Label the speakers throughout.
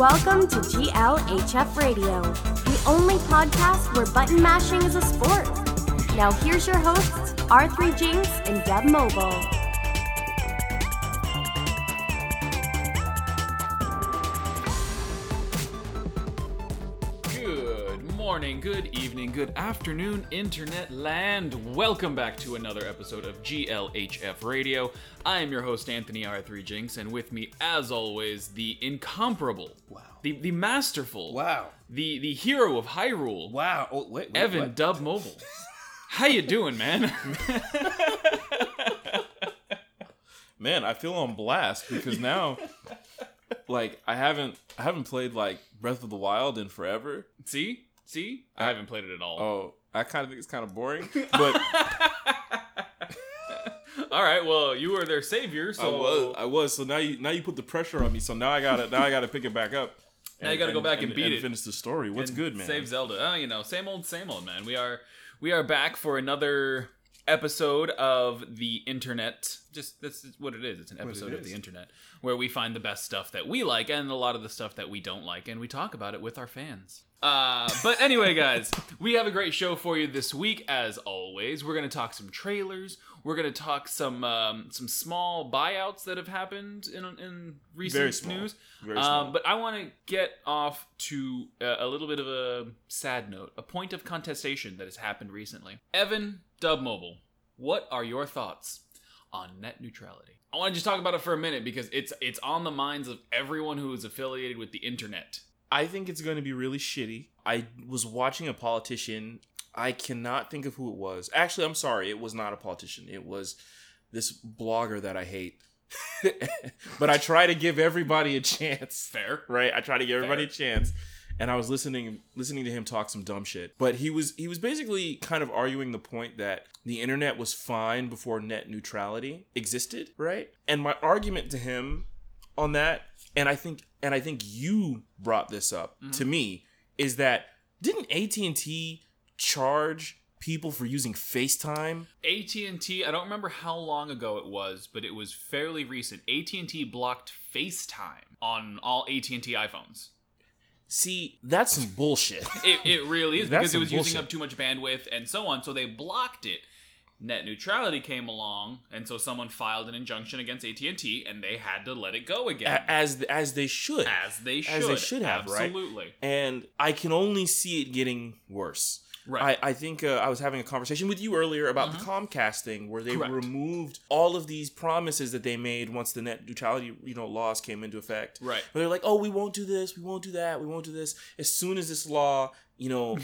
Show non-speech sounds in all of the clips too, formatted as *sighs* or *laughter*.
Speaker 1: Welcome to GLHF Radio, the only podcast where button mashing is a sport. Now, here's your hosts, R3 Jinx and Deb Mobile.
Speaker 2: Good morning, good evening, good afternoon, Internet land. Welcome back to another episode of GLHF Radio. I am your host, Anthony R3 Jinx, and with me, as always, the incomparable, wow. the, the masterful,
Speaker 3: Wow.
Speaker 2: the, the hero of Hyrule,
Speaker 3: Wow. Oh, wait, wait,
Speaker 2: Evan
Speaker 3: what?
Speaker 2: Dub Mobile. How you doing, man? *laughs*
Speaker 4: Man, I feel on blast because now like I haven't I haven't played like Breath of the Wild in forever.
Speaker 2: See? See? I haven't played it at all.
Speaker 4: Oh, I kind of think it's kind of boring,
Speaker 2: *laughs*
Speaker 4: but
Speaker 2: All right, well, you were their savior, so
Speaker 4: I was I was so now you now you put the pressure on me. So now I got to now I got to pick it back up.
Speaker 2: Now you gotta go back and beat it.
Speaker 4: finish the story. What's
Speaker 2: and
Speaker 4: good, man?
Speaker 2: Save Zelda. Oh, you know, same old, same old, man. We are we are back for another episode of the internet. Just this is what it is. It's an episode of
Speaker 4: is.
Speaker 2: the internet where we find the best stuff that we like and a lot of the stuff that we don't like, and we talk about it with our fans. Uh, but
Speaker 4: *laughs*
Speaker 2: anyway, guys, we have a great show for you this week. As always, we're gonna talk some trailers. We're gonna talk some um, some small buyouts that have happened in in recent
Speaker 4: Very small.
Speaker 2: news.
Speaker 4: Very small.
Speaker 2: Um, but I want to get off to uh, a little bit of a sad note, a point of contestation that has happened recently. Evan Dub Mobile, what are your thoughts on net neutrality? I want to just talk about it for a minute because it's it's on the minds of everyone who is affiliated with the internet.
Speaker 4: I think it's going to be really shitty. I was watching a politician. I cannot think of who it was. Actually, I'm sorry. It was not a politician. It was this blogger that I hate. *laughs* but I try to give everybody a chance,
Speaker 2: Fair.
Speaker 4: right? I try to give everybody a chance. And I was listening listening to him talk some dumb shit. But he was he was basically kind of arguing the point that the internet was fine before net neutrality existed, right? And my argument to him on that and i think and i think you brought this up to me is that didn't at&t charge people for using facetime
Speaker 2: AT&T, I don't remember how long ago it was, but it was fairly recent. AT&T blocked FaceTime on all AT&T iPhones.
Speaker 4: see that's some bullshit
Speaker 2: It, it really is because
Speaker 4: That's
Speaker 2: it
Speaker 4: some
Speaker 2: was using
Speaker 4: bullshit.
Speaker 2: up too much bandwidth and so on. So they blocked it. Net neutrality came along, and so someone filed an injunction against AT and T, and they had to let it go again,
Speaker 4: A- as as they should
Speaker 2: as they should,
Speaker 4: as they should have, right?
Speaker 2: absolutely.
Speaker 4: and i can only see it getting worse
Speaker 2: Right. Mm-hmm.
Speaker 4: I, I think uh, I was having a conversation with you earlier about the Comcast thing, where they
Speaker 2: Correct.
Speaker 4: removed all of these promises that they made once the net neutrality you know laws came into effect.
Speaker 2: Right.
Speaker 4: But they're like, oh, we won't do this, we won't do that, we won't do this. As soon as this law,
Speaker 2: *laughs*
Speaker 4: you know,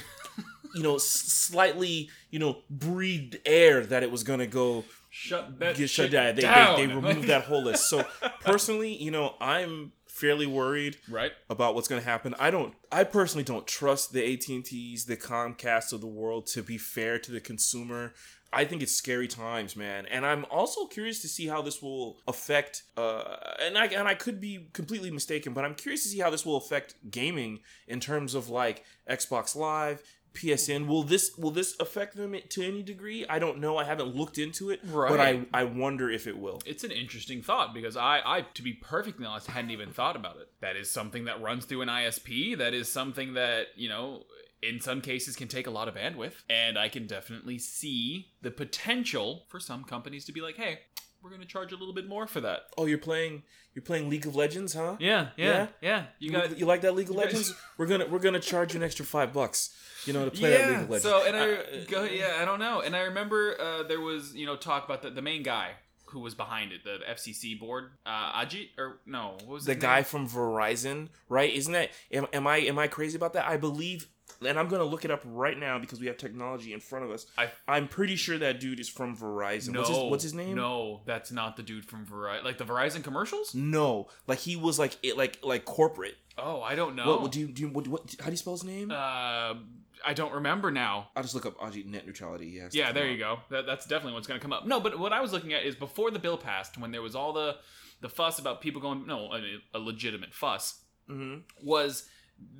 Speaker 4: you know, s- slightly, you know, breathed air that it was gonna go
Speaker 2: Shut that
Speaker 4: get
Speaker 2: shit
Speaker 4: shut down. uh, They,
Speaker 2: down.
Speaker 4: they, they removed that whole list. So personally, you know, I'm fairly worried
Speaker 2: *laughs* Right.
Speaker 4: about what's going to happen. I don't. I personally don't trust the AT and T's, the Comcast of the world. To be fair to the consumer, I think it's scary times, man. And I'm also curious to see how this will affect. Uh, and I and I could be completely mistaken, but I'm curious to see how this will affect gaming in terms of like Xbox Live. PSN will this will this affect them to any degree? I don't know. I haven't looked into it, but I
Speaker 2: Right.
Speaker 4: I wonder if it will.
Speaker 2: It's an interesting thought because I, I, to be perfectly honest, hadn't even thought about it. That is something that runs through an ISP. That is something that, you know, in some cases can take a lot of bandwidth. And I can definitely see the potential for some companies to be like, hey, we're going to charge a little bit more for that.
Speaker 4: Oh, you're playing you're playing League of Legends, huh?
Speaker 2: Yeah, yeah, yeah.
Speaker 4: Yeah?
Speaker 2: You
Speaker 4: You,
Speaker 2: got
Speaker 4: you like that League of
Speaker 2: you guys- *laughs*
Speaker 4: Legends? We're gonna we're gonna charge you an extra five bucks, you know, to play that League of Legends. Uh,
Speaker 2: So and I, go, yeah, I don't know. And I remember uh, there was you know talk about the, the main guy who was behind it, the FCC board, uh, Ajit or no, what was
Speaker 4: the
Speaker 2: his
Speaker 4: guy
Speaker 2: name?
Speaker 4: from Verizon, right? Isn't that am, am I am I crazy about that? I believe, and I'm gonna look it up right now because we have technology in front of us.
Speaker 2: I-
Speaker 4: I'm pretty sure that dude is from Verizon.
Speaker 2: No,
Speaker 4: What's his, what's his name?
Speaker 2: No, that's not the dude from Verizon, like the Verizon commercials.
Speaker 4: No, like he was like it like like corporate.
Speaker 2: Oh, I don't know.
Speaker 4: What, what do you do? You, what, what how do you spell his name?
Speaker 2: uh, I don't remember now.
Speaker 4: I'll just look up Ajit net neutrality. Yes.
Speaker 2: Yeah, there you go. That, that's definitely what's going to come up. No, but what I was looking at is before the bill passed, when there was all the the fuss about people going, no, a, a legitimate fuss
Speaker 4: Mm-hmm.
Speaker 2: was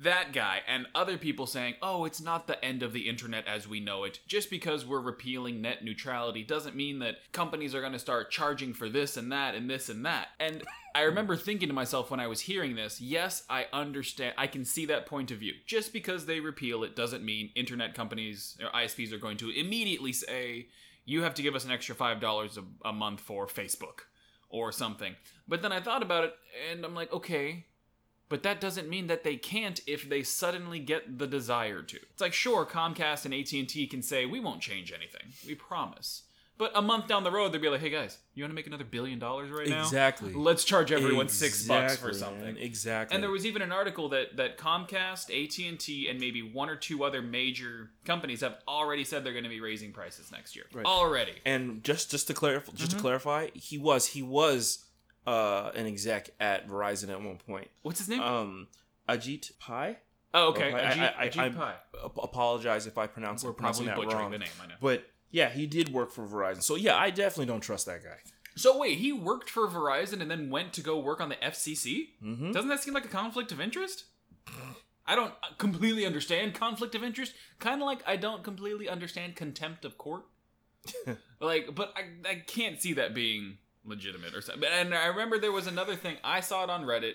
Speaker 2: that guy and other people saying, oh, it's not the end of the internet as we know it. Just because we're repealing net neutrality doesn't mean that companies are going to start charging for this and that and this and that. And I remember thinking to myself when I was hearing this, yes, I understand. I can see that point of view. Just because they repeal it doesn't mean internet companies or ISPs are going to immediately say, you have to give us an extra $5 a, a month for Facebook or something. But then I thought about it and I'm like, okay, but that doesn't mean that they can't if they suddenly get the desire to. It's like sure Comcast and AT&T can say we won't change anything. We promise. But a month down the road they'd be like, "Hey guys, you want to make another billion dollars right now?
Speaker 4: Exactly.
Speaker 2: Let's charge everyone 6 bucks for
Speaker 4: Exactly,
Speaker 2: something."
Speaker 4: man. Exactly.
Speaker 2: And there was even an article that that Comcast, AT&T, and maybe one or two other major companies have already said they're going to be raising prices next year.
Speaker 4: Right.
Speaker 2: Already.
Speaker 4: and just just to clarify, just
Speaker 2: Mm-hmm.
Speaker 4: to clarify, he was he was uh an exec at Verizon at one point.
Speaker 2: What's his name?
Speaker 4: Um, Ajit Pai.
Speaker 2: oh, Mm-hmm. okay.
Speaker 4: I-
Speaker 2: Ajit,
Speaker 4: I- I-
Speaker 2: Ajit
Speaker 4: I'm-
Speaker 2: Pai.
Speaker 4: Ap- apologize if I pronounce
Speaker 2: We're
Speaker 4: I'm pronouncing
Speaker 2: probably
Speaker 4: that
Speaker 2: butchering
Speaker 4: wrong.
Speaker 2: the name, I know.
Speaker 4: But yeah, he did work for Verizon. So yeah, I definitely don't trust that guy.
Speaker 2: So wait, he worked for Verizon and then went to go work on the FCC?
Speaker 4: Mhm.
Speaker 2: Doesn't that seem like a conflict of interest? I don't completely understand conflict of interest. Kind of like I don't completely understand contempt of court. like, but I, I can't see that being legitimate or something. And I remember there was another thing. I saw it on Reddit.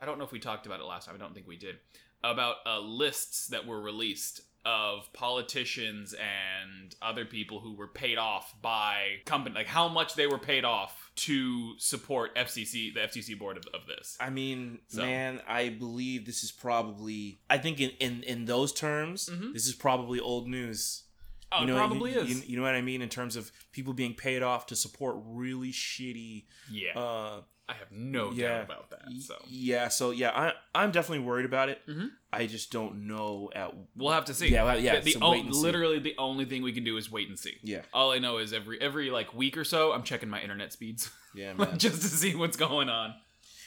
Speaker 2: I don't know if we talked about it last time. I don't think we did. About uh, lists that were released of politicians and other people who were paid off by company, like how much they were paid off to support FCC, the FCC board of, of this.
Speaker 4: I mean,
Speaker 2: So.
Speaker 4: man, I believe this is probably. I think in in, in those terms,
Speaker 2: Mhm.
Speaker 4: this is probably old news.
Speaker 2: Oh,
Speaker 4: you know
Speaker 2: it
Speaker 4: what I
Speaker 2: probably
Speaker 4: mean?
Speaker 2: is.
Speaker 4: You, you know what I mean in terms of people being paid off to support really shitty.
Speaker 2: yeah,
Speaker 4: Uh,
Speaker 2: I have no
Speaker 4: yeah.
Speaker 2: doubt about that.
Speaker 4: y-
Speaker 2: So
Speaker 4: yeah, so yeah, I I'm definitely worried about it.
Speaker 2: Mhm.
Speaker 4: I just don't know at.
Speaker 2: we'll have to see.
Speaker 4: Yeah, well, yeah,
Speaker 2: The, the
Speaker 4: some
Speaker 2: o-
Speaker 4: wait and see.
Speaker 2: literally the only thing we can do is wait and see.
Speaker 4: Yeah,
Speaker 2: All I know is every every like week or so, I'm checking my internet speeds *laughs*
Speaker 4: yeah, man.
Speaker 2: just to see what's going on.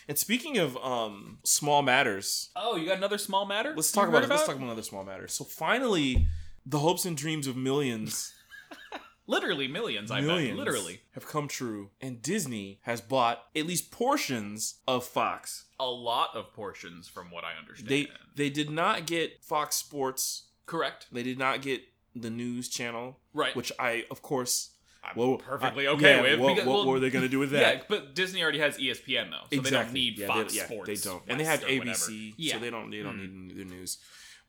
Speaker 4: and speaking of um small matters,
Speaker 2: Oh, you got another small matter?
Speaker 4: let's
Speaker 2: you've
Speaker 4: talk
Speaker 2: heard
Speaker 4: about, it. Let's talk about another small matter. So finally, the hopes and dreams of millions.
Speaker 2: *laughs* literally millions. I bet
Speaker 4: millions
Speaker 2: literally
Speaker 4: have come true, and Disney has bought at least portions of Fox.
Speaker 2: a lot of portions, from what I understand.
Speaker 4: They they did not get Fox Sports.
Speaker 2: correct,
Speaker 4: They did not get the news channel,
Speaker 2: right?
Speaker 4: which I of course
Speaker 2: I'm
Speaker 4: well,
Speaker 2: perfectly
Speaker 4: I-
Speaker 2: okay
Speaker 4: yeah,
Speaker 2: with.
Speaker 4: What,
Speaker 2: because-
Speaker 4: what
Speaker 2: well,
Speaker 4: were they going to do with that?
Speaker 2: Yeah, but Disney already has E ESPN though, so they don't need
Speaker 4: Yeah,
Speaker 2: Fox
Speaker 4: they, yeah,
Speaker 2: Sports.
Speaker 4: They don't, and they have
Speaker 2: West or whatever.
Speaker 4: ABC,
Speaker 2: Yeah. Mm-hmm.
Speaker 4: so they don't they don't need their news.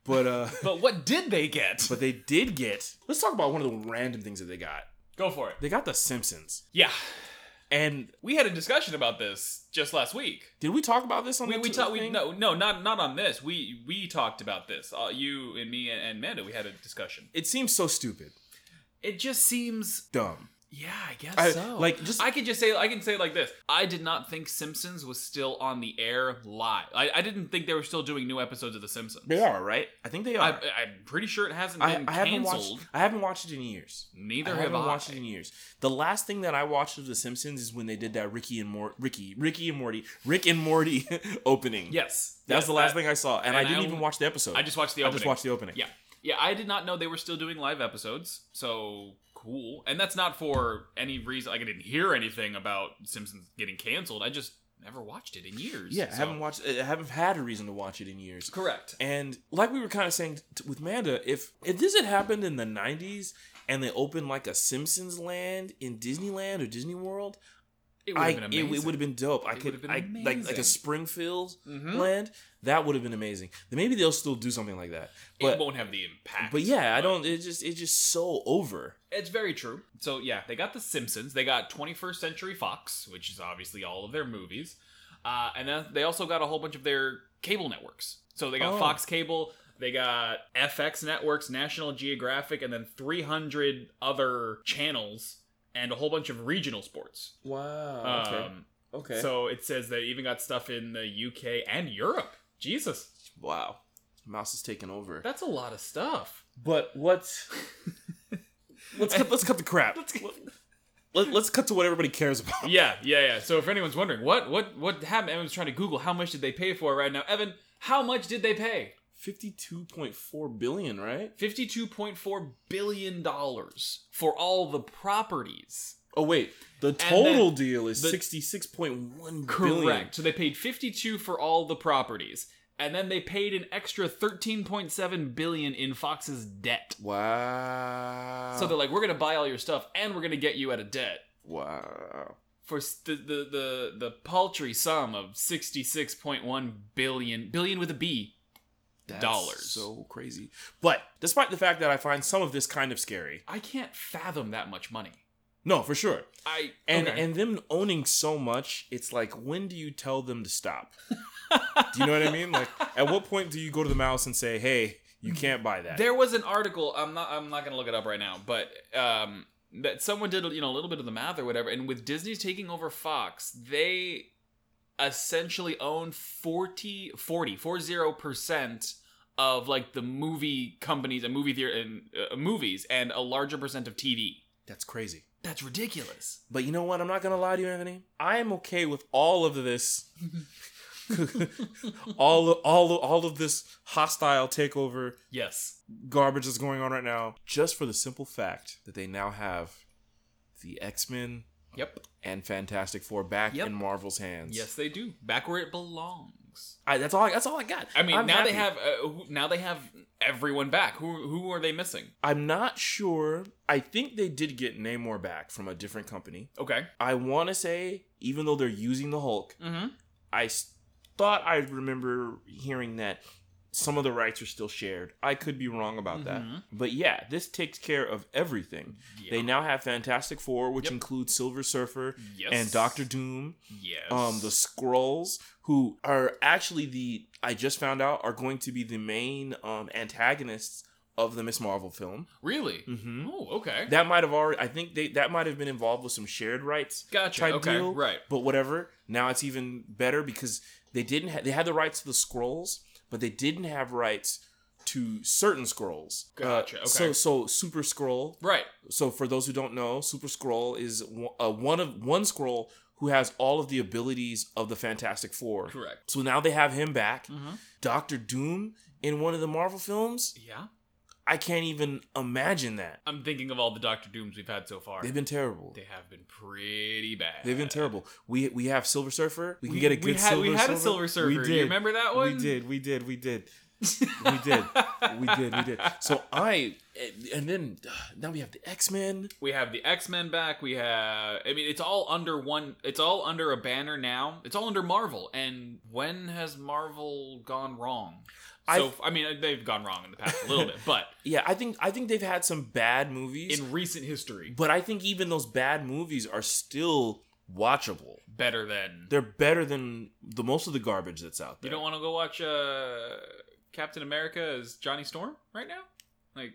Speaker 4: But uh, *laughs*
Speaker 2: But what did they get?
Speaker 4: but they did get. Let's talk about one of the random things that they got.
Speaker 2: Go for it.
Speaker 4: They got the Simpsons,
Speaker 2: Yeah.
Speaker 4: and
Speaker 2: We had a discussion about this just last week.
Speaker 4: did we talk about this on
Speaker 2: We
Speaker 4: the
Speaker 2: we
Speaker 4: t-
Speaker 2: talked we
Speaker 4: thing?
Speaker 2: no no not not on this. We we talked about this. Uh, you and me and, and Amanda, we had a discussion.
Speaker 4: It seems so stupid,
Speaker 2: It just seems
Speaker 4: dumb.
Speaker 2: yeah, I guess
Speaker 4: I-
Speaker 2: so.
Speaker 4: like, just-
Speaker 2: I could just say I can say it like this. I did not think Simpsons was still on the air live. I, I didn't think they were still doing new episodes of The Simpsons.
Speaker 4: They are right. I think they
Speaker 2: I,
Speaker 4: are.
Speaker 2: I'm pretty sure it hasn't
Speaker 4: I,
Speaker 2: been
Speaker 4: I haven't
Speaker 2: canceled.
Speaker 4: watched. I haven't watched it in years.
Speaker 2: Neither
Speaker 4: I
Speaker 2: have
Speaker 4: haven't
Speaker 2: I.
Speaker 4: watched it in years. The last thing that I watched of The Simpsons is when they did that Ricky and Mor- Ricky, Ricky and Morty, Rick and Morty *laughs* opening.
Speaker 2: Yes,
Speaker 4: that was
Speaker 2: Yes,
Speaker 4: the last
Speaker 2: I-
Speaker 4: thing I saw, and,
Speaker 2: and
Speaker 4: I
Speaker 2: I
Speaker 4: didn't even
Speaker 2: only-
Speaker 4: watch the episode.
Speaker 2: I just watched the
Speaker 4: I
Speaker 2: opening.
Speaker 4: just watched the
Speaker 2: *laughs*
Speaker 4: opening.
Speaker 2: Yeah. Yeah, I did not know they were still doing live episodes. So cool. And that's not for any reason. Like, I didn't hear anything about Simpsons getting canceled. I just never watched it in years.
Speaker 4: Yeah, I
Speaker 2: so.
Speaker 4: haven't watched. I haven't had a reason to watch it in years.
Speaker 2: Correct.
Speaker 4: And like we were kind of saying t- with Manda, if if this had happened in the '90s and they opened like a Simpsons Land in Disneyland or Disney World,
Speaker 2: It would have
Speaker 4: I it,
Speaker 2: been
Speaker 4: it
Speaker 2: amazing.
Speaker 4: would have been dope. I
Speaker 2: It
Speaker 4: could
Speaker 2: would've been
Speaker 4: I, like like
Speaker 2: amazing.
Speaker 4: a Springfield
Speaker 2: Mhm.
Speaker 4: land. That would have been amazing. Then maybe they'll still do something like that.
Speaker 2: it
Speaker 4: But
Speaker 2: won't have the impact.
Speaker 4: but yeah, I don't. It just it's just so over.
Speaker 2: It's very true. So yeah, they got The Simpsons. They got 21st Century Fox, which is obviously all of their movies, uh, and then they also got a whole bunch of their cable networks. So they got
Speaker 4: Oh.
Speaker 2: Fox Cable, they got FX Networks, National Geographic, and then 300 other channels and a whole bunch of regional sports.
Speaker 4: Wow.
Speaker 2: Um,
Speaker 4: Oh, okay.
Speaker 2: So it says they even got stuff in the UK and Europe. Jesus,
Speaker 4: wow, Mouse is taking over.
Speaker 2: that's a lot of stuff.
Speaker 4: But
Speaker 2: *laughs*
Speaker 4: what's let's cut, let's cut the crap. Let's, let, let's cut to what everybody cares about. *laughs*
Speaker 2: Yeah, yeah, yeah. So if anyone's wondering what what what happened, Evan's trying to Google how much did they pay for it right now. Evan, how much did they pay?
Speaker 4: Fifty-two point four billion, right?
Speaker 2: Fifty-two point four billion dollars for all the properties.
Speaker 4: Oh wait, the
Speaker 2: then
Speaker 4: total deal is
Speaker 2: the-
Speaker 4: sixty-six point one billion.
Speaker 2: Correct. So they paid fifty-two for all the properties, and then they paid an extra 13.7 billion in Fox's debt.
Speaker 3: Wow.
Speaker 2: So they're like, we're gonna buy all your stuff, and we're gonna get you out of debt
Speaker 3: wow.
Speaker 2: for s the, the the the paltry sum of 66.1 billion billion with a B.
Speaker 4: That's
Speaker 2: Dollars.
Speaker 4: So crazy. But despite the fact that I find some of this kind of scary,
Speaker 2: I can't fathom that much money.
Speaker 4: no, for sure.
Speaker 2: I
Speaker 4: And
Speaker 2: okay.
Speaker 4: and them owning so much, it's like when do you tell them to stop? do you know what I mean? Like at what point do you go to the mouse and say, "Hey, you can't buy that."
Speaker 2: There was an article. I'm not. I'm not gonna look it up right now, but um, that someone did you know a little bit of the math or whatever. And with Disney taking over Fox, they essentially own 40 40 percent of like the movie companies and movie theater and uh, movies and a larger percent of TV.
Speaker 4: That's crazy.
Speaker 2: That's ridiculous.
Speaker 4: But you know what? I'm not gonna lie to you, Anthony. I am okay with all
Speaker 2: *laughs*
Speaker 4: of this, all all all of this hostile takeover
Speaker 2: Yes.
Speaker 4: garbage that's going on right now, just for the simple fact that they now have the X Men
Speaker 2: Yep.
Speaker 4: and Fantastic Four back
Speaker 2: Yep.
Speaker 4: in Marvel's hands.
Speaker 2: Yes, they do. Back where it belongs.
Speaker 4: I, that's all. I, that's all I got.
Speaker 2: I mean,
Speaker 4: I'm
Speaker 2: now they
Speaker 4: happy.
Speaker 2: have uh, who- now they have everyone back. Who who are they missing?
Speaker 4: I'm not sure. I think they did get Namor back from a different company.
Speaker 2: Okay.
Speaker 4: I want to say, even though they're using the Hulk,
Speaker 2: Mm-hmm.
Speaker 4: I s- thought I remember hearing that some of the rights are still shared. I could be wrong about that.
Speaker 2: Mhm.
Speaker 4: But yeah, this takes care of everything. They now have Fantastic Four, which
Speaker 2: Yep.
Speaker 4: includes Silver Surfer
Speaker 2: Yes.
Speaker 4: and Doctor Doom,
Speaker 2: Yes.
Speaker 4: um, the Skrulls, who are actually the I just found out are going to be the main um, antagonists of the Miss Marvel film.
Speaker 2: really.
Speaker 4: Mm-hmm.
Speaker 2: Oh, okay.
Speaker 4: That might have already. I think they that might have been involved with some shared rights
Speaker 2: gotcha.
Speaker 4: type
Speaker 2: okay.
Speaker 4: deal.
Speaker 2: Right.
Speaker 4: But whatever. Now it's even better because they didn't. Ha- they had the rights to the scrolls, but they didn't have rights to certain scrolls. Uh,
Speaker 2: Gotcha, okay.
Speaker 4: So so super scroll.
Speaker 2: Right.
Speaker 4: So for those who don't know, super scroll is one, uh, one of one scroll who has all of the abilities of the Fantastic Four.
Speaker 2: Correct.
Speaker 4: So now they have him back.
Speaker 2: Mm-hmm.
Speaker 4: Doctor Doom in one of the Marvel films.
Speaker 2: Yeah.
Speaker 4: I can't even imagine that.
Speaker 2: I'm thinking of all the Doctor Dooms we've had so far.
Speaker 4: They've been terrible.
Speaker 2: They have been pretty bad.
Speaker 4: They've been terrible. We we have Silver Surfer. We can
Speaker 2: We-
Speaker 4: get a
Speaker 2: we
Speaker 4: good
Speaker 2: had-
Speaker 4: Silver
Speaker 2: we had a Silver Surfer.
Speaker 4: We
Speaker 2: You
Speaker 4: did.
Speaker 2: remember that one?
Speaker 4: We did. We did. We *laughs* did. we did. We did. We did. So I and then uh, now we have the X Men.
Speaker 2: We have the X Men back. We have. I mean, it's all under one. It's all under a banner now. It's all under Marvel. And when has Marvel gone wrong? So
Speaker 4: I've-
Speaker 2: I mean, they've gone wrong in the past a
Speaker 4: *laughs*
Speaker 2: little bit, but
Speaker 4: Yeah, I think I think they've had some bad movies,
Speaker 2: in recent history,
Speaker 4: but I think even those bad movies are still watchable.
Speaker 2: better than.
Speaker 4: They're better than the most of the garbage that's out
Speaker 2: You
Speaker 4: there.
Speaker 2: don't want to go watch uh, Captain America as Johnny Storm right now? Like,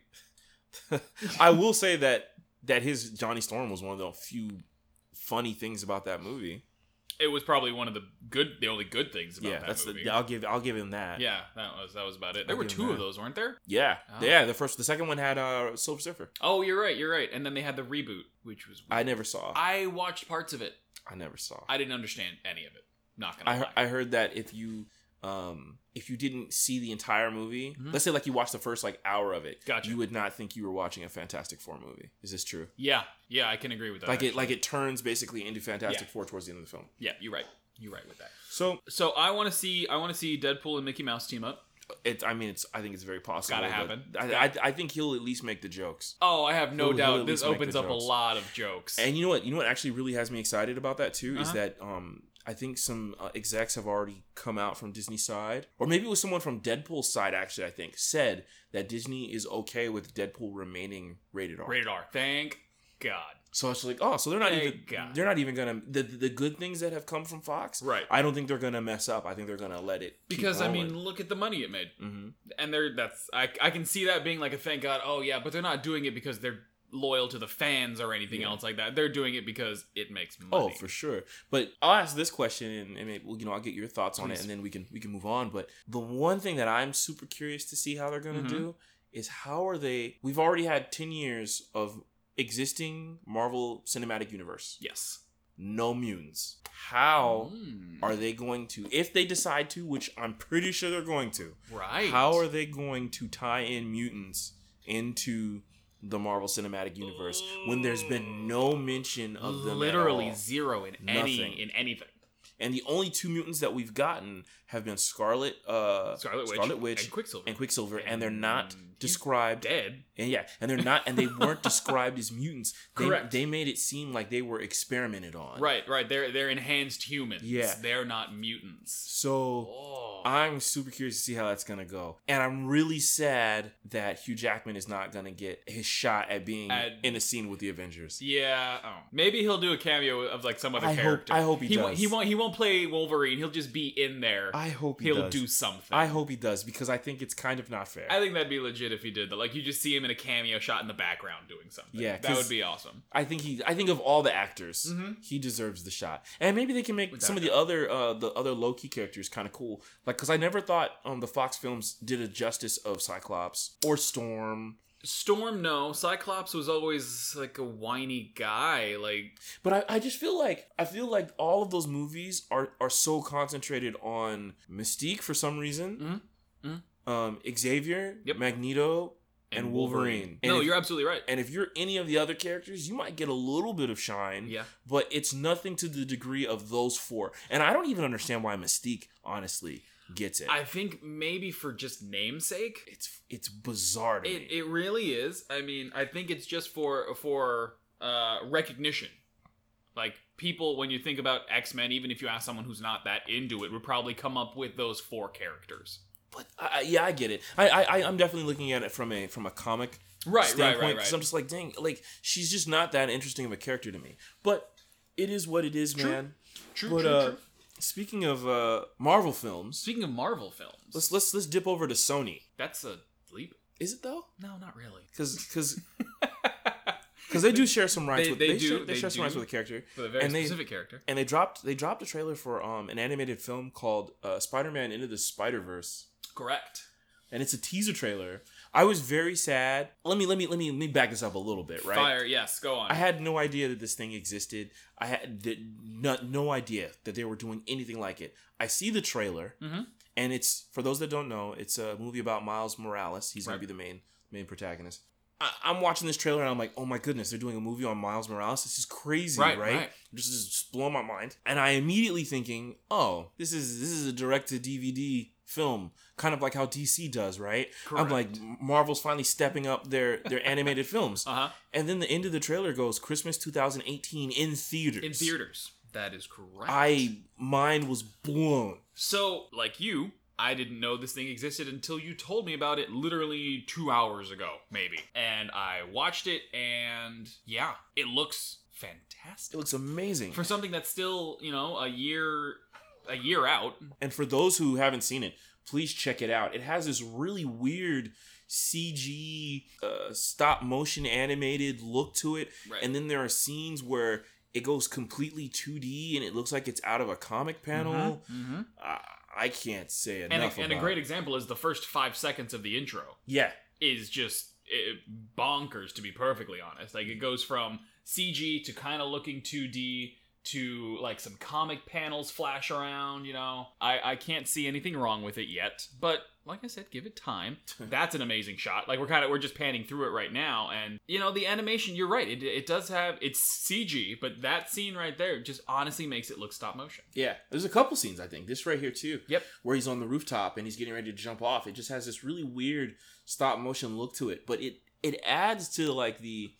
Speaker 4: I will say that that his Johnny Storm was one of the few funny things about that movie.
Speaker 2: it was probably one of the good, the only good things about
Speaker 4: yeah,
Speaker 2: that
Speaker 4: that's
Speaker 2: movie.
Speaker 4: the I'll give I'll give him that.
Speaker 2: yeah, that was that was about it. There
Speaker 4: I'll
Speaker 2: were
Speaker 4: give
Speaker 2: two
Speaker 4: him
Speaker 2: of
Speaker 4: that.
Speaker 2: those, weren't there?
Speaker 4: Yeah,
Speaker 2: Oh.
Speaker 4: yeah. The first, the second one had uh Silver Surfer.
Speaker 2: Oh, you're right, you're right. And then they had the reboot, which was
Speaker 4: I never saw. I,
Speaker 2: I watched parts of it.
Speaker 4: never saw. I
Speaker 2: I didn't understand any of it. Not gonna
Speaker 4: I,
Speaker 2: lie.
Speaker 4: he- I heard that if you um if you didn't see the entire movie,
Speaker 2: Mhm.
Speaker 4: let's say like you watched the first like hour of it,
Speaker 2: Gotcha.
Speaker 4: you would not think you were watching a Fantastic Four movie. Is this true?
Speaker 2: yeah, yeah, I can agree with that.
Speaker 4: Like it
Speaker 2: actually.
Speaker 4: like it turns basically into Fantastic
Speaker 2: Yeah.
Speaker 4: Four towards the end of the film.
Speaker 2: yeah, you're right. You're right with that.
Speaker 4: So
Speaker 2: So I want to see, I want to see Deadpool and Mickey Mouse team up.
Speaker 4: it's I mean it's I think it's very possible.
Speaker 2: Gotta
Speaker 4: but
Speaker 2: happen.
Speaker 4: I, I I think he'll at least make the jokes.
Speaker 2: Oh, I have no
Speaker 4: He'll- he'll
Speaker 2: doubt
Speaker 4: at
Speaker 2: this
Speaker 4: least make the
Speaker 2: opens up a
Speaker 4: jokes.
Speaker 2: lot of jokes.
Speaker 4: And you know what? You know what actually really has me excited about that too is
Speaker 2: Uh-huh.
Speaker 4: that um I think some uh, execs have already come out from Disney side, or maybe it was someone from Deadpool's side. Actually, I think said that Disney is okay with Deadpool remaining rated R.
Speaker 2: Rated R. Thank God.
Speaker 4: So it's like, oh, so they're not
Speaker 2: Thank
Speaker 4: even
Speaker 2: God.
Speaker 4: they're not even gonna the the good things that have come from Fox.
Speaker 2: Right.
Speaker 4: I don't think they're gonna mess up. I think they're gonna let it keep
Speaker 2: Because I mean,
Speaker 4: rolling.
Speaker 2: look at the money it made,
Speaker 4: Mhm.
Speaker 2: and they're that's I I can see that being like a thank God. Oh yeah, but they're not doing it because they're loyal to the fans or anything
Speaker 4: Yeah.
Speaker 2: else like that. They're doing it because it makes money.
Speaker 4: Oh, for sure. But I'll ask this question, and, and maybe, well, you know, I'll get your thoughts on it,
Speaker 2: Please.
Speaker 4: and then we can we can move on. But the one thing that I'm super curious to see how they're gonna
Speaker 2: Mhm.
Speaker 4: do is how are they? We've already had ten years of existing Marvel Cinematic Universe,
Speaker 2: yes.
Speaker 4: no mutants. How
Speaker 2: Mm,
Speaker 4: are they going to, if they decide to, which I'm pretty sure they're going to?
Speaker 2: right.
Speaker 4: How are they going to tie in mutants into? The Marvel Cinematic Universe, when there's been no mention of them, at
Speaker 2: literally
Speaker 4: all?
Speaker 2: zero in
Speaker 4: Nothing.
Speaker 2: any in anything?
Speaker 4: and the only two mutants that we've gotten have been Scarlet, uh,
Speaker 2: Scarlet Witch and Quicksilver.
Speaker 4: and Quicksilver, and they're not
Speaker 2: And he's
Speaker 4: described.
Speaker 2: Dead.
Speaker 4: And yeah, and they're not, and they
Speaker 2: *laughs*
Speaker 4: weren't described as mutants. They,
Speaker 2: Correct.
Speaker 4: They made it seem like they were experimented on.
Speaker 2: Right, right. They're they're enhanced humans.
Speaker 4: Yeah.
Speaker 2: They're not mutants.
Speaker 4: So
Speaker 2: Oh.
Speaker 4: I'm super curious to see how that's gonna go, and I'm really sad that Hugh Jackman is not gonna get his shot at being
Speaker 2: At-
Speaker 4: in a scene with the Avengers.
Speaker 2: yeah, oh. maybe he'll do a cameo of like some other
Speaker 4: I hope-
Speaker 2: character.
Speaker 4: I hope he
Speaker 2: won't-
Speaker 4: does.
Speaker 2: He won't. He won't play Wolverine. He'll just be in there.
Speaker 4: I hope he
Speaker 2: he'll
Speaker 4: does.
Speaker 2: do something.
Speaker 4: I hope he does because I think it's kind of not fair.
Speaker 2: I think that'd be legit if he did that. Like you just see him in a cameo shot in the background doing something.
Speaker 4: Yeah,
Speaker 2: that
Speaker 4: 'cause-
Speaker 2: would be awesome.
Speaker 4: I think he. I think of all the actors,
Speaker 2: Mhm.
Speaker 4: he deserves the shot. And maybe they can make
Speaker 2: Without
Speaker 4: some of
Speaker 2: a
Speaker 4: the other uh, the other low key characters kind of cool. Like because I never thought um the Fox films did a justice of Cyclops or Storm.
Speaker 2: Storm, no. Cyclops was always like a whiny guy. Like
Speaker 4: But I, I just feel like I feel like all of those movies are are so concentrated on Mystique for some reason.
Speaker 2: Mhm.
Speaker 4: Um, Xavier,
Speaker 2: Yep.
Speaker 4: Magneto, and, Wolverine. And
Speaker 2: no,
Speaker 4: if-
Speaker 2: you're absolutely right.
Speaker 4: and if you're any of the other characters, you might get a little bit of shine.
Speaker 2: yeah,
Speaker 4: but it's nothing to the degree of those four. And I don't even understand why Mystique, honestly, gets it.
Speaker 2: I think maybe for just namesake,
Speaker 4: it's it's bizarre to
Speaker 2: It
Speaker 4: me.
Speaker 2: it really is. I mean, I think it's just for for uh, recognition. Like people, when you think about X Men, even if you ask someone who's not that into it, would probably come up with those four characters.
Speaker 4: but I, I- yeah, I get it. I, I I- I'm definitely looking at it from a from a comic
Speaker 2: Right, right,
Speaker 4: standpoint
Speaker 2: right,
Speaker 4: because
Speaker 2: right.
Speaker 4: I'm just like, dang, like she's just not that interesting of a character to me. But it is what it is,
Speaker 2: True.
Speaker 4: man.
Speaker 2: true,
Speaker 4: But
Speaker 2: true,
Speaker 4: uh,
Speaker 2: true.
Speaker 4: speaking of uh, Marvel films,
Speaker 2: Speaking of Marvel films,
Speaker 4: let's let's let's dip over to Sony.
Speaker 2: that's a leap.
Speaker 4: Is it though?
Speaker 2: No, not really. *laughs*
Speaker 4: Because because. Because they do share some rights
Speaker 2: They-
Speaker 4: with
Speaker 2: they
Speaker 4: they,
Speaker 2: do,
Speaker 4: share, they
Speaker 2: they
Speaker 4: share some rights
Speaker 2: do.
Speaker 4: with the character,
Speaker 2: With a very
Speaker 4: and they
Speaker 2: specific character.
Speaker 4: and they dropped they dropped a trailer for um an animated film called uh, Spider-Man Into the Spider-Verse,
Speaker 2: Correct.
Speaker 4: and it's a teaser trailer. I was very sad. Let me let me let me let me back this up a little bit, right?
Speaker 2: Fire. Yes. Go on.
Speaker 4: I had no idea that this thing existed. I had th- no, no idea that they were doing anything like it. I see the trailer,
Speaker 2: Mhm.
Speaker 4: and it's for those that don't know, it's a movie about Miles Morales. He's gonna
Speaker 2: Right.
Speaker 4: be the main main protagonist. I, I'm watching this trailer and I'm like, oh my goodness, they're doing a movie on Miles Morales. This is crazy,
Speaker 2: Right,
Speaker 4: right?
Speaker 2: right.
Speaker 4: This is just blowing my mind. And I immediately thinking, oh, this is this is a direct to DVD film, kind of like how DC does, right? I'm like,
Speaker 2: Correct.
Speaker 4: Marvel's finally stepping up their their animated *laughs* films.
Speaker 2: uh huh.
Speaker 4: And then the end of the trailer goes Christmas 2018 in theaters.
Speaker 2: In theaters. That is correct.
Speaker 4: I mine was blown.
Speaker 2: So, like you, I didn't know this thing existed until you told me about it literally two hours ago, maybe. And I watched it, and yeah, it looks
Speaker 4: It
Speaker 2: fantastic
Speaker 4: looks amazing.
Speaker 2: for something that's still, you know, a year, a year out.
Speaker 4: and for those who haven't seen it, please check it out. It has this really weird CG uh, stop motion animated look to it,
Speaker 2: Right.
Speaker 4: and then there are scenes where it goes completely 2D and it looks like it's out of a comic panel.
Speaker 2: Mhm.
Speaker 4: I, I can't say
Speaker 2: And,
Speaker 4: enough.
Speaker 2: a, and a
Speaker 4: about
Speaker 2: great
Speaker 4: it.
Speaker 2: example is the first five seconds of the intro
Speaker 4: yeah.
Speaker 2: is just eh, bonkers, to be perfectly honest. Like it goes from CG to kind of looking 2D to like some comic panels flash around. You know, I I can't see anything wrong with it yet, but like I said, give it
Speaker 4: *laughs*
Speaker 2: time. That's an amazing shot. Like we're kind of we're just panning through it right now, and you know the animation. You're right. It it does have it's CG, but that scene right there just honestly makes it look stop motion.
Speaker 4: Yeah, there's a couple scenes I think. This right here too.
Speaker 2: Yep.
Speaker 4: Where he's on the rooftop and he's getting ready to jump off. It just has this really weird stop motion look to it, but it it adds to like the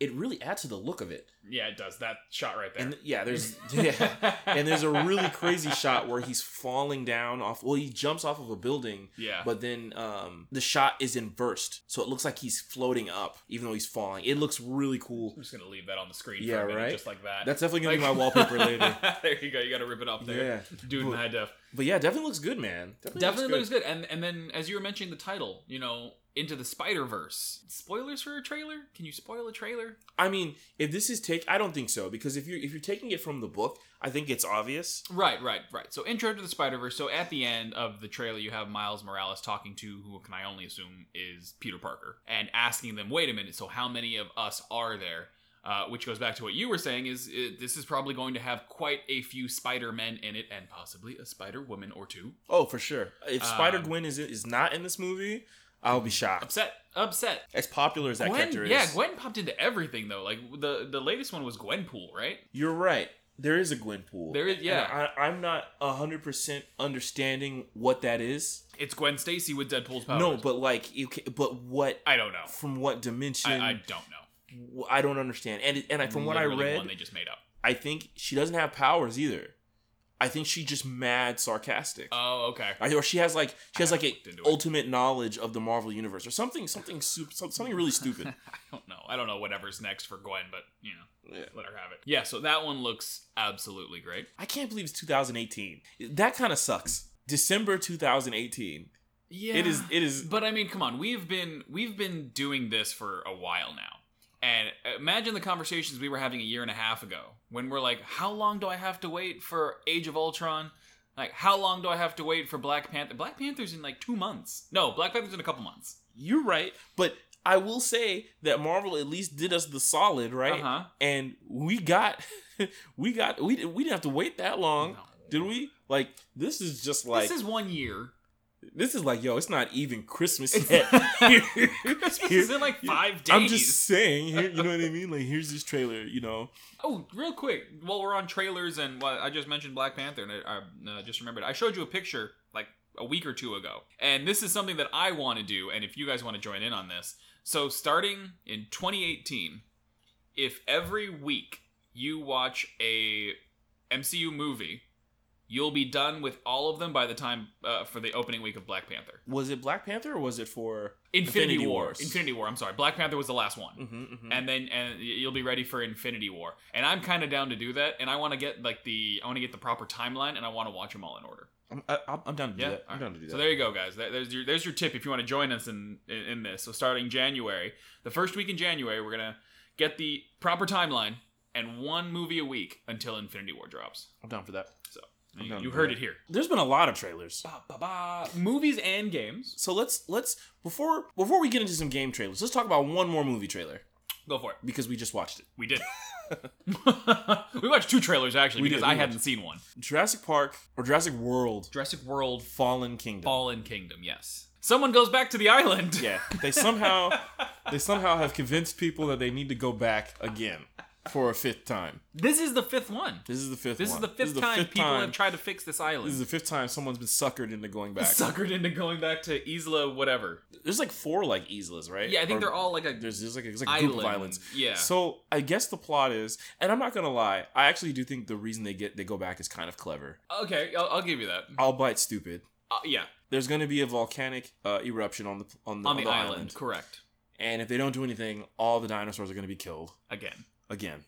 Speaker 4: it really adds to the look of it.
Speaker 2: Yeah, it does. That shot right there.
Speaker 4: And yeah,
Speaker 2: *laughs*
Speaker 4: there's *laughs* yeah. And there's a really crazy shot where he's falling down off well, he jumps off of a building,
Speaker 2: Yeah.
Speaker 4: but then um the shot is inversed. So it looks like he's floating up even though he's falling. It looks really cool.
Speaker 2: I'm just gonna leave that on the screen.
Speaker 4: Yeah,
Speaker 2: for a minute,
Speaker 4: right?
Speaker 2: Just like that.
Speaker 4: That's definitely
Speaker 2: *laughs* Like-
Speaker 4: gonna be my wallpaper later.
Speaker 2: *laughs* there you go. You got to rip it up there.
Speaker 4: Yeah.
Speaker 2: Do it in
Speaker 4: But-
Speaker 2: high def.
Speaker 4: But yeah, definitely looks good, man.
Speaker 2: Definitely looks good. And and then as you were mentioning the title, you know, into the Spider Verse. Spoilers for a trailer? Can you spoil a trailer?
Speaker 4: I mean, if this is take, I don't think so because if you're if you're taking it from the book, I think it's obvious.
Speaker 2: Right, right, right. So intro to the Spider Verse. So at the end of the trailer, you have Miles Morales talking to who can I only assume is Peter Parker, and asking them, "Wait a minute. So how many of us are there?" Uh, which goes back to what you were saying is uh, this is probably going to have quite a few Spider Men in it, and possibly a Spider Woman or two.
Speaker 4: Oh, for sure. If
Speaker 2: Um,
Speaker 4: Spider Gwen is is not in this movie, I'll be shocked.
Speaker 2: Upset, upset.
Speaker 4: As popular as that
Speaker 2: Gwen,
Speaker 4: character is,
Speaker 2: yeah, Gwen popped into everything though. Like the the latest one was Gwenpool, right?
Speaker 4: you're right. There is a Gwenpool.
Speaker 2: There is-
Speaker 4: And
Speaker 2: yeah.
Speaker 4: I, I'm not hundred percent understanding what that is.
Speaker 2: It's Gwen Stacy with Deadpool's powers.
Speaker 4: No, but like, you ca but what
Speaker 2: I don't know.
Speaker 4: from what dimension?
Speaker 2: I, I don't know.
Speaker 4: w- I don't understand. And it- and I, from what I
Speaker 2: Literally
Speaker 4: read,
Speaker 2: one they just made up.
Speaker 4: I think she doesn't have powers either. I think she just mad sarcastic.
Speaker 2: Oh, okay.
Speaker 4: I- or she has like she has like an
Speaker 2: looked into it.
Speaker 4: ultimate knowledge of the Marvel universe or something something sup- some- something really stupid.
Speaker 2: *laughs* I don't know. I don't know whatever's next for Gwen, but you know,
Speaker 4: Yeah.
Speaker 2: let her have it. Yeah, so that one looks absolutely great.
Speaker 4: I can't believe it's 2018. That kind of sucks. December 2018.
Speaker 2: Yeah.
Speaker 4: It is it is
Speaker 2: But I mean, come on. We've been we've been doing this for a while now. And imagine the conversations we were having a year and a half ago when we're like, how long do I have to wait for Age of Ultron? Like, how long do I have to wait for Black Panther? Black Panther's in like 2 months. No, Black Panther's in a couple months.
Speaker 4: you're right, but I will say that Marvel at least did us the solid, right?
Speaker 2: Uh-huh.
Speaker 4: And we got *laughs* we got we didn't- we didn't have to wait that long.
Speaker 2: No.
Speaker 4: Did we? Like this is just like
Speaker 2: this is 1
Speaker 4: *laughs*
Speaker 2: year.
Speaker 4: This is like, yo, it's not even Christmas yet.
Speaker 2: *laughs*
Speaker 4: *laughs*
Speaker 2: Christmas is in like 5 days.
Speaker 4: I'm just saying, here, you know what I mean? Like, here's this trailer, you know.
Speaker 2: Oh, real quick, while we're on trailers and well, I just mentioned Black Panther, and I, I uh, just remembered I showed you a picture like a week or two ago, and this is something that I want to do, and if you guys want to join in on this, so starting in 2018, if every week you watch a MCU movie, you'll be done with all of them by the time uh, for the opening week of Black Panther.
Speaker 4: Was it Black Panther or was it for
Speaker 2: Infinity, War. Infinity War. I'm sorry, Black Panther was the last one
Speaker 4: Mhm, mhm.
Speaker 2: and then and y- you'll be ready for Infinity War. And I'm kind of down to do that. And I want to get like the I want to get the proper timeline, and I want to watch them all in order.
Speaker 4: I'm, I, I'm- I'm down to do
Speaker 2: Yeah,
Speaker 4: that. I'm
Speaker 2: Alright.
Speaker 4: down to do that.
Speaker 2: So there you go, guys. There- There's your there's your tip if you want to join us in, in in this. So starting January, the first week in January, we're gonna get the proper timeline and one movie a week until Infinity War drops.
Speaker 4: I'm down for that.
Speaker 2: So
Speaker 4: I'm
Speaker 2: you,
Speaker 4: down
Speaker 2: you
Speaker 4: for
Speaker 2: heard
Speaker 4: that.
Speaker 2: it here.
Speaker 4: There's been a lot of trailers.
Speaker 2: Ba, ba, ba. Movies and games.
Speaker 4: So let's let's before before we get into some game trailers, let's talk about one more movie trailer
Speaker 2: Go for it.
Speaker 4: because we just watched it.
Speaker 2: We did.
Speaker 4: *laughs*
Speaker 2: *laughs* we watched two trailers actually
Speaker 4: We did,
Speaker 2: because
Speaker 4: we
Speaker 2: I
Speaker 4: watched-
Speaker 2: hadn't seen one.
Speaker 4: Jurassic Park or Jurassic World
Speaker 2: Jurassic World
Speaker 4: Fallen Kingdom.
Speaker 2: Fallen Kingdom, yes. Someone goes back to the island.
Speaker 4: Yeah, they somehow they somehow have convinced people that they need to go back again for a fifth time.
Speaker 2: *laughs* This is the fifth one.
Speaker 4: This is the fifth.
Speaker 2: This
Speaker 4: one.
Speaker 2: is the fifth time
Speaker 4: fifth
Speaker 2: people
Speaker 4: time-
Speaker 2: have tried to fix this island.
Speaker 4: This is the fifth time someone's been suckered into going
Speaker 2: *laughs*
Speaker 4: back.
Speaker 2: Suckered into going back to Isla, whatever.
Speaker 4: There's like four like islas, right?
Speaker 2: Yeah, I think
Speaker 4: Or
Speaker 2: they're all like a.
Speaker 4: There's just like it's like a group of
Speaker 2: Island,
Speaker 4: islands.
Speaker 2: yeah.
Speaker 4: So I guess the plot is, and I'm not gonna lie, I actually do think the reason they get they go back is kind of clever.
Speaker 2: Okay, I'll, I'll give you that.
Speaker 4: I'll bite stupid.
Speaker 2: Uh, yeah,
Speaker 4: There's gonna be a volcanic uh, eruption on the on the,
Speaker 2: on the, island.
Speaker 4: island,
Speaker 2: correct.
Speaker 4: and if they don't do anything, all the dinosaurs are gonna be killed
Speaker 2: Again. *laughs*
Speaker 4: again.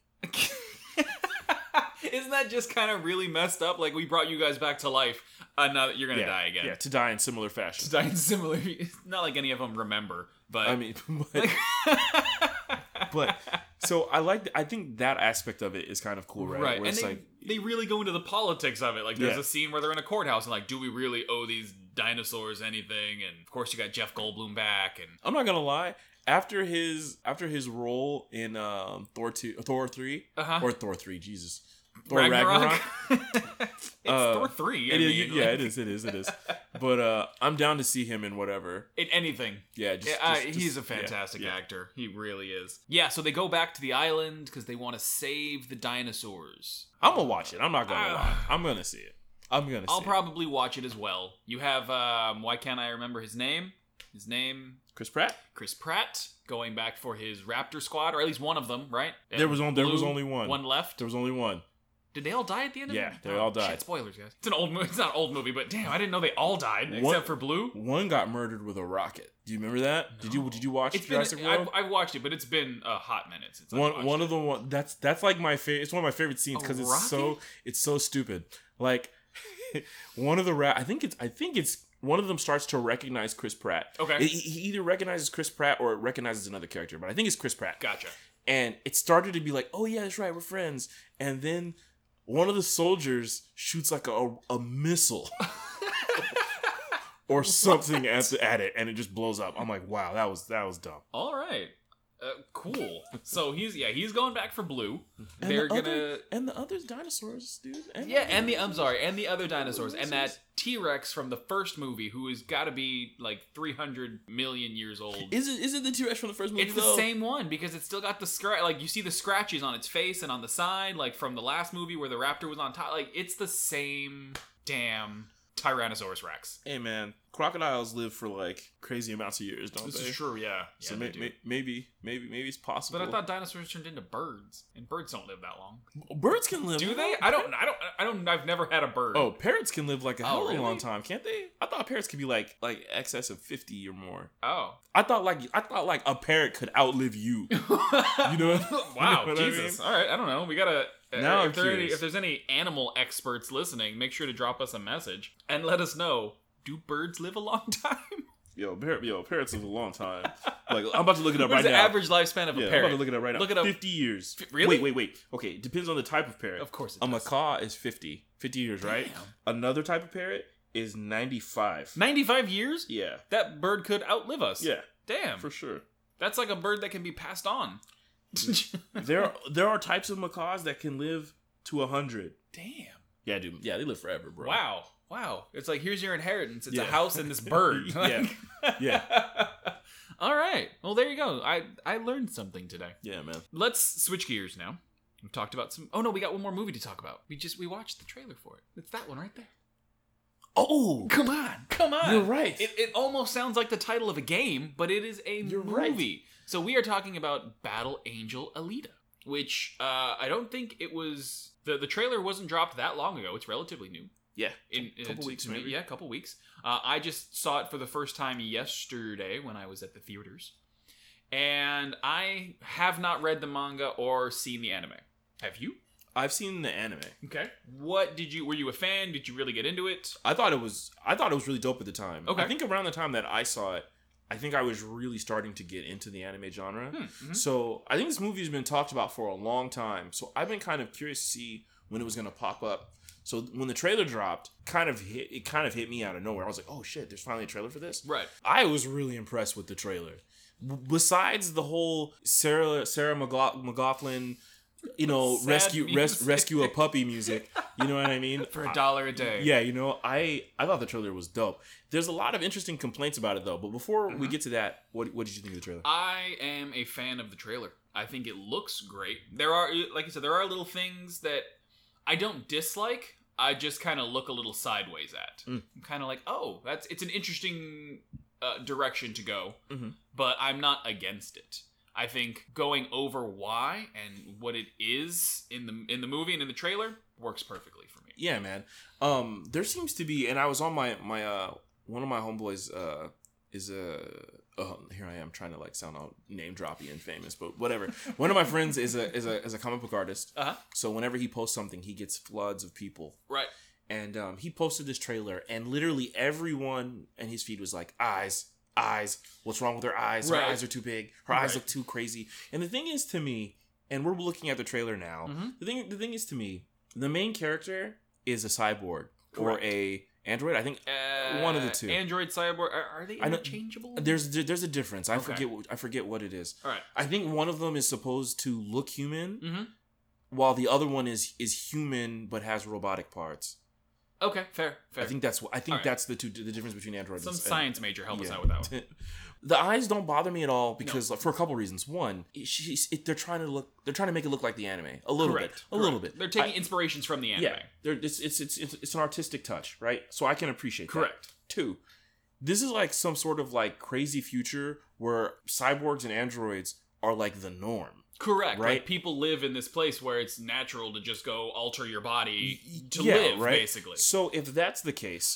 Speaker 2: Isn't that just kind of really messed up? Like we brought you guys back to life, and now that you're gonna
Speaker 4: yeah,
Speaker 2: die again. *laughs*
Speaker 4: Yeah, to die in similar fashion.
Speaker 2: Die in similar. It's not like any of them remember, but
Speaker 4: I mean, *laughs*
Speaker 2: *laughs*
Speaker 4: but, but so I like. I think that aspect of it is kind of cool, right?
Speaker 2: Right, and
Speaker 4: Where it's
Speaker 2: they,
Speaker 4: like,
Speaker 2: they really go into the politics of it. Like, there's
Speaker 4: Yeah.
Speaker 2: a scene where they're in a courthouse and like, do we really owe these dinosaurs anything? And of course, you got Jeff Goldblum back, and
Speaker 4: I'm not gonna lie. After his after his role in um, Thor two, Thor three,
Speaker 2: Uh-huh.
Speaker 4: or Thor three, Jesus,
Speaker 2: *laughs*
Speaker 4: Thor
Speaker 2: Ragnarok. it's
Speaker 4: Uh,
Speaker 2: Thor three. I
Speaker 4: It is-
Speaker 2: mean,
Speaker 4: yeah,
Speaker 2: like,
Speaker 4: it is, it is, it is. But uh, I'm down to see him in whatever.
Speaker 2: In anything.
Speaker 4: Yeah, just,
Speaker 2: Yeah, uh,
Speaker 4: just- just-
Speaker 2: he's a
Speaker 4: yeah,
Speaker 2: fantastic
Speaker 4: yeah.
Speaker 2: actor. He really is. Yeah, so they go back to the island because they want to save the dinosaurs.
Speaker 4: I'm gonna watch it. I'm not gonna lie. I'm gonna see it. I'm gonna.
Speaker 2: Uh, I'll
Speaker 4: see it.
Speaker 2: probably watch it as well. You have um, why can't I remember his name? His name
Speaker 4: Chris Pratt.
Speaker 2: Chris Pratt going back for his Raptor squad, or at least one of them, right?
Speaker 4: There was on- there
Speaker 2: Blue,
Speaker 4: was only one.
Speaker 2: One left.
Speaker 4: There was only one.
Speaker 2: Did they all die at the end?
Speaker 4: Yeah,
Speaker 2: of it? Oh,
Speaker 4: they all died.
Speaker 2: Shit, spoilers, guys. It's an old movie. *laughs* It's not an old movie, but damn, I didn't know they all died
Speaker 4: One-
Speaker 2: except for Blue.
Speaker 4: One got murdered with a rocket. Do you remember that? Did you Did you watch
Speaker 2: It's
Speaker 4: Jurassic
Speaker 2: been.
Speaker 4: World?
Speaker 2: I've, I've watched it, but it's been a hot minute since I've
Speaker 4: one
Speaker 2: watched
Speaker 4: one
Speaker 2: it.
Speaker 4: of the one that's that's like my favorite. It's one of my favorite scenes
Speaker 2: A
Speaker 4: because it's so
Speaker 2: rocket?
Speaker 4: it's so stupid. Like *laughs* one of the rat. I think it's I think it's one of them starts to recognize Chris Pratt.
Speaker 2: Okay.
Speaker 4: He- he either recognizes Chris Pratt or recognizes another character, but I think it's Chris Pratt.
Speaker 2: Gotcha.
Speaker 4: And it started to be like, oh yeah, that's right, we're friends. And then one of the soldiers shoots like a
Speaker 2: *laughs*
Speaker 4: a missile. Or something at, the, at it, and it just blows up. I'm like, wow, that was that was dumb.
Speaker 2: All right. Uh, cool. so he's yeah he's going back for blue.
Speaker 4: And
Speaker 2: They're
Speaker 4: the
Speaker 2: gonna
Speaker 4: other, and the other dinosaurs, dude. And
Speaker 2: yeah, and the I'm sorry, and the other dinosaurs, and that T Rex from the first movie who has got to be like 300 million years old.
Speaker 4: is it is it the T Rex from the first movie?
Speaker 2: It's the
Speaker 4: though?
Speaker 2: same one because it's still got the scratch. Like you see the scratches on its face and on the side, like from the last movie where the raptor was on top. Like it's the same damn Tyrannosaurus Rex.
Speaker 4: Hey man, crocodiles live for like crazy amounts of years, don't
Speaker 2: This
Speaker 4: they?
Speaker 2: is true, yeah.
Speaker 4: So
Speaker 2: Yeah,
Speaker 4: may,
Speaker 2: they do.
Speaker 4: may, maybe, maybe, maybe it's possible.
Speaker 2: but I thought dinosaurs turned into birds, and birds don't live that long.
Speaker 4: birds can live.
Speaker 2: Do they? I don't. I don't. I don't. I've never had a bird.
Speaker 4: Oh, parrots can live like a hell of
Speaker 2: Oh, really?
Speaker 4: a long time, can't they? I thought parrots could be like like excess of fifty or more.
Speaker 2: Oh.
Speaker 4: I thought like I thought like a parrot could outlive you.
Speaker 2: *laughs*
Speaker 4: You know? *laughs*
Speaker 2: wow,
Speaker 4: You know what I
Speaker 2: Jesus.
Speaker 4: mean?
Speaker 2: All right, I don't know. We gotta. uh,
Speaker 4: Now I'm
Speaker 2: if, there are any-
Speaker 4: curious.
Speaker 2: if there's any animal experts listening, make sure to drop us a message and let us know. Do birds live a long *laughs* time?
Speaker 4: Yo, parrot, yo, parrots live a long time. Like I'm about to look it up
Speaker 2: What is
Speaker 4: right
Speaker 2: the
Speaker 4: now.
Speaker 2: average lifespan of a
Speaker 4: yeah, I'm
Speaker 2: parrot?
Speaker 4: about to look it up right now.
Speaker 2: Look it up.
Speaker 4: Fifty years.
Speaker 2: F- really?
Speaker 4: Wait, wait, wait. Okay, it depends on the type of parrot.
Speaker 2: Of course it
Speaker 4: a
Speaker 2: does.
Speaker 4: macaw is 50. 50 years, right? Another type of parrot is ninety-five.
Speaker 2: 95 years?
Speaker 4: yeah,
Speaker 2: That bird could outlive us.
Speaker 4: yeah,
Speaker 2: Damn.
Speaker 4: for sure.
Speaker 2: That's like a bird that can be passed on.
Speaker 4: there there are types of macaws that can live to hundred.
Speaker 2: Damn.
Speaker 4: Yeah, dude. Yeah, they live forever, *laughs* bro.
Speaker 2: Wow. Wow. It's like, here's your inheritance. It's a
Speaker 4: Yeah.
Speaker 2: house and this bird.
Speaker 4: *laughs* Yeah.
Speaker 2: yeah. *laughs* All right. Well, there you go. I, I learned something today.
Speaker 4: Yeah, man.
Speaker 2: Let's switch gears now. We've talked about some. Oh no, we got one more movie to talk about. We just we watched the trailer for it. It's that one right there.
Speaker 4: Oh,
Speaker 2: Come on, come on.
Speaker 4: You're right.
Speaker 2: It, it almost sounds like the title of a game, but it is a
Speaker 4: You're
Speaker 2: movie.
Speaker 4: right.
Speaker 2: So we are talking about Battle Angel Alita, which uh, I don't think it was the the trailer wasn't dropped that long ago. It's relatively new.
Speaker 4: yeah.
Speaker 2: In, in
Speaker 4: Couple
Speaker 2: to-
Speaker 4: weeks,
Speaker 2: to me-
Speaker 4: maybe.
Speaker 2: Yeah, a couple weeks. Uh, I just saw it for the first time yesterday when I was at the theaters, and I have not read the manga or seen the anime. Have you?
Speaker 4: I've seen the anime.
Speaker 2: Okay. What did you? Were you a fan? Did you really get into it?
Speaker 4: I thought it was I thought it was really dope at the time.
Speaker 2: Okay.
Speaker 4: I think around the time that I saw it, I think I was really starting to get into the anime genre.
Speaker 2: Hmm, mhm.
Speaker 4: So I think this movie has been talked about for a long time. So I've been kind of curious to see when it was going to pop up. So when the trailer dropped, kind of hit it kind of hit me out of nowhere. I was like, "Oh shit, there's finally a trailer for this."
Speaker 2: Right.
Speaker 4: I was really impressed with the trailer. B- Besides the whole Sarah Sarah McLaugh- McLaughlin, you know,
Speaker 2: Sad
Speaker 4: rescue res-
Speaker 2: music.
Speaker 4: rescue a puppy music. You know what I mean?
Speaker 2: *laughs* For a dollar a day.
Speaker 4: Yeah, you know, I I thought the trailer was dope. There's a lot of interesting complaints about it though. But before we get to that, what what did you think of the trailer?
Speaker 2: I am a fan of the trailer. I think it looks great. There are, like I said, there are little things that I don't dislike. I just kind of look a little sideways at.
Speaker 4: Mm.
Speaker 2: I'm kind of like, oh, that's it's an interesting uh, direction to go,
Speaker 4: Mhm.
Speaker 2: but I'm not against it. I think going over why and what it is in the in the movie and in the trailer works perfectly for me.
Speaker 4: yeah man um there seems to be and i was on my my uh one of my homeboys uh is a oh, here i am trying to like sound all name droppy and famous but whatever one of my friends is a is a is a comic book artist
Speaker 2: Uh huh.
Speaker 4: so whenever he posts something he gets floods of people
Speaker 2: Right.
Speaker 4: and um he posted this trailer and literally everyone in his feed was like eyes eyes what's wrong with her eyes her
Speaker 2: Right.
Speaker 4: eyes are too big her
Speaker 2: Right.
Speaker 4: eyes look too crazy and the thing is to me and we're looking at the trailer now
Speaker 2: Mhm.
Speaker 4: the thing the thing is to me the main character is a cyborg
Speaker 2: Correct.
Speaker 4: or a android i think eh,
Speaker 2: Uh,
Speaker 4: One of the two.
Speaker 2: Android cyborg are, are they
Speaker 4: I know-
Speaker 2: interchangeable?
Speaker 4: there's there's a difference i
Speaker 2: Okay.
Speaker 4: forget what i forget what it is
Speaker 2: All right.
Speaker 4: i think one of them is supposed to look human
Speaker 2: Mm-hmm.
Speaker 4: while the other one is is human but has robotic parts
Speaker 2: Okay. Fair. Fair.
Speaker 4: i think that's what i think
Speaker 2: Alright.
Speaker 4: that's the two the difference between android
Speaker 2: Some
Speaker 4: and, and-
Speaker 2: science major help us
Speaker 4: Yeah.
Speaker 2: out with that one.
Speaker 4: *laughs* the eyes don't bother me at all because like, for a couple reasons. One, it- she's, it, they're trying to look, they're trying to make it look like the anime a little bit, a little bit.
Speaker 2: They're taking
Speaker 4: I-
Speaker 2: inspirations from the anime.
Speaker 4: yeah, they're, it's, it's it's it's it's an artistic touch, right? So I can appreciate. that.
Speaker 2: Correct.
Speaker 4: Two, this is like some sort of like crazy future where cyborgs and androids are like the norm.
Speaker 2: Correct. Right.
Speaker 4: Right.
Speaker 2: people live in this place where it's natural to just go alter your body to
Speaker 4: Yeah,
Speaker 2: live,
Speaker 4: right?
Speaker 2: basically.
Speaker 4: So if that's the case,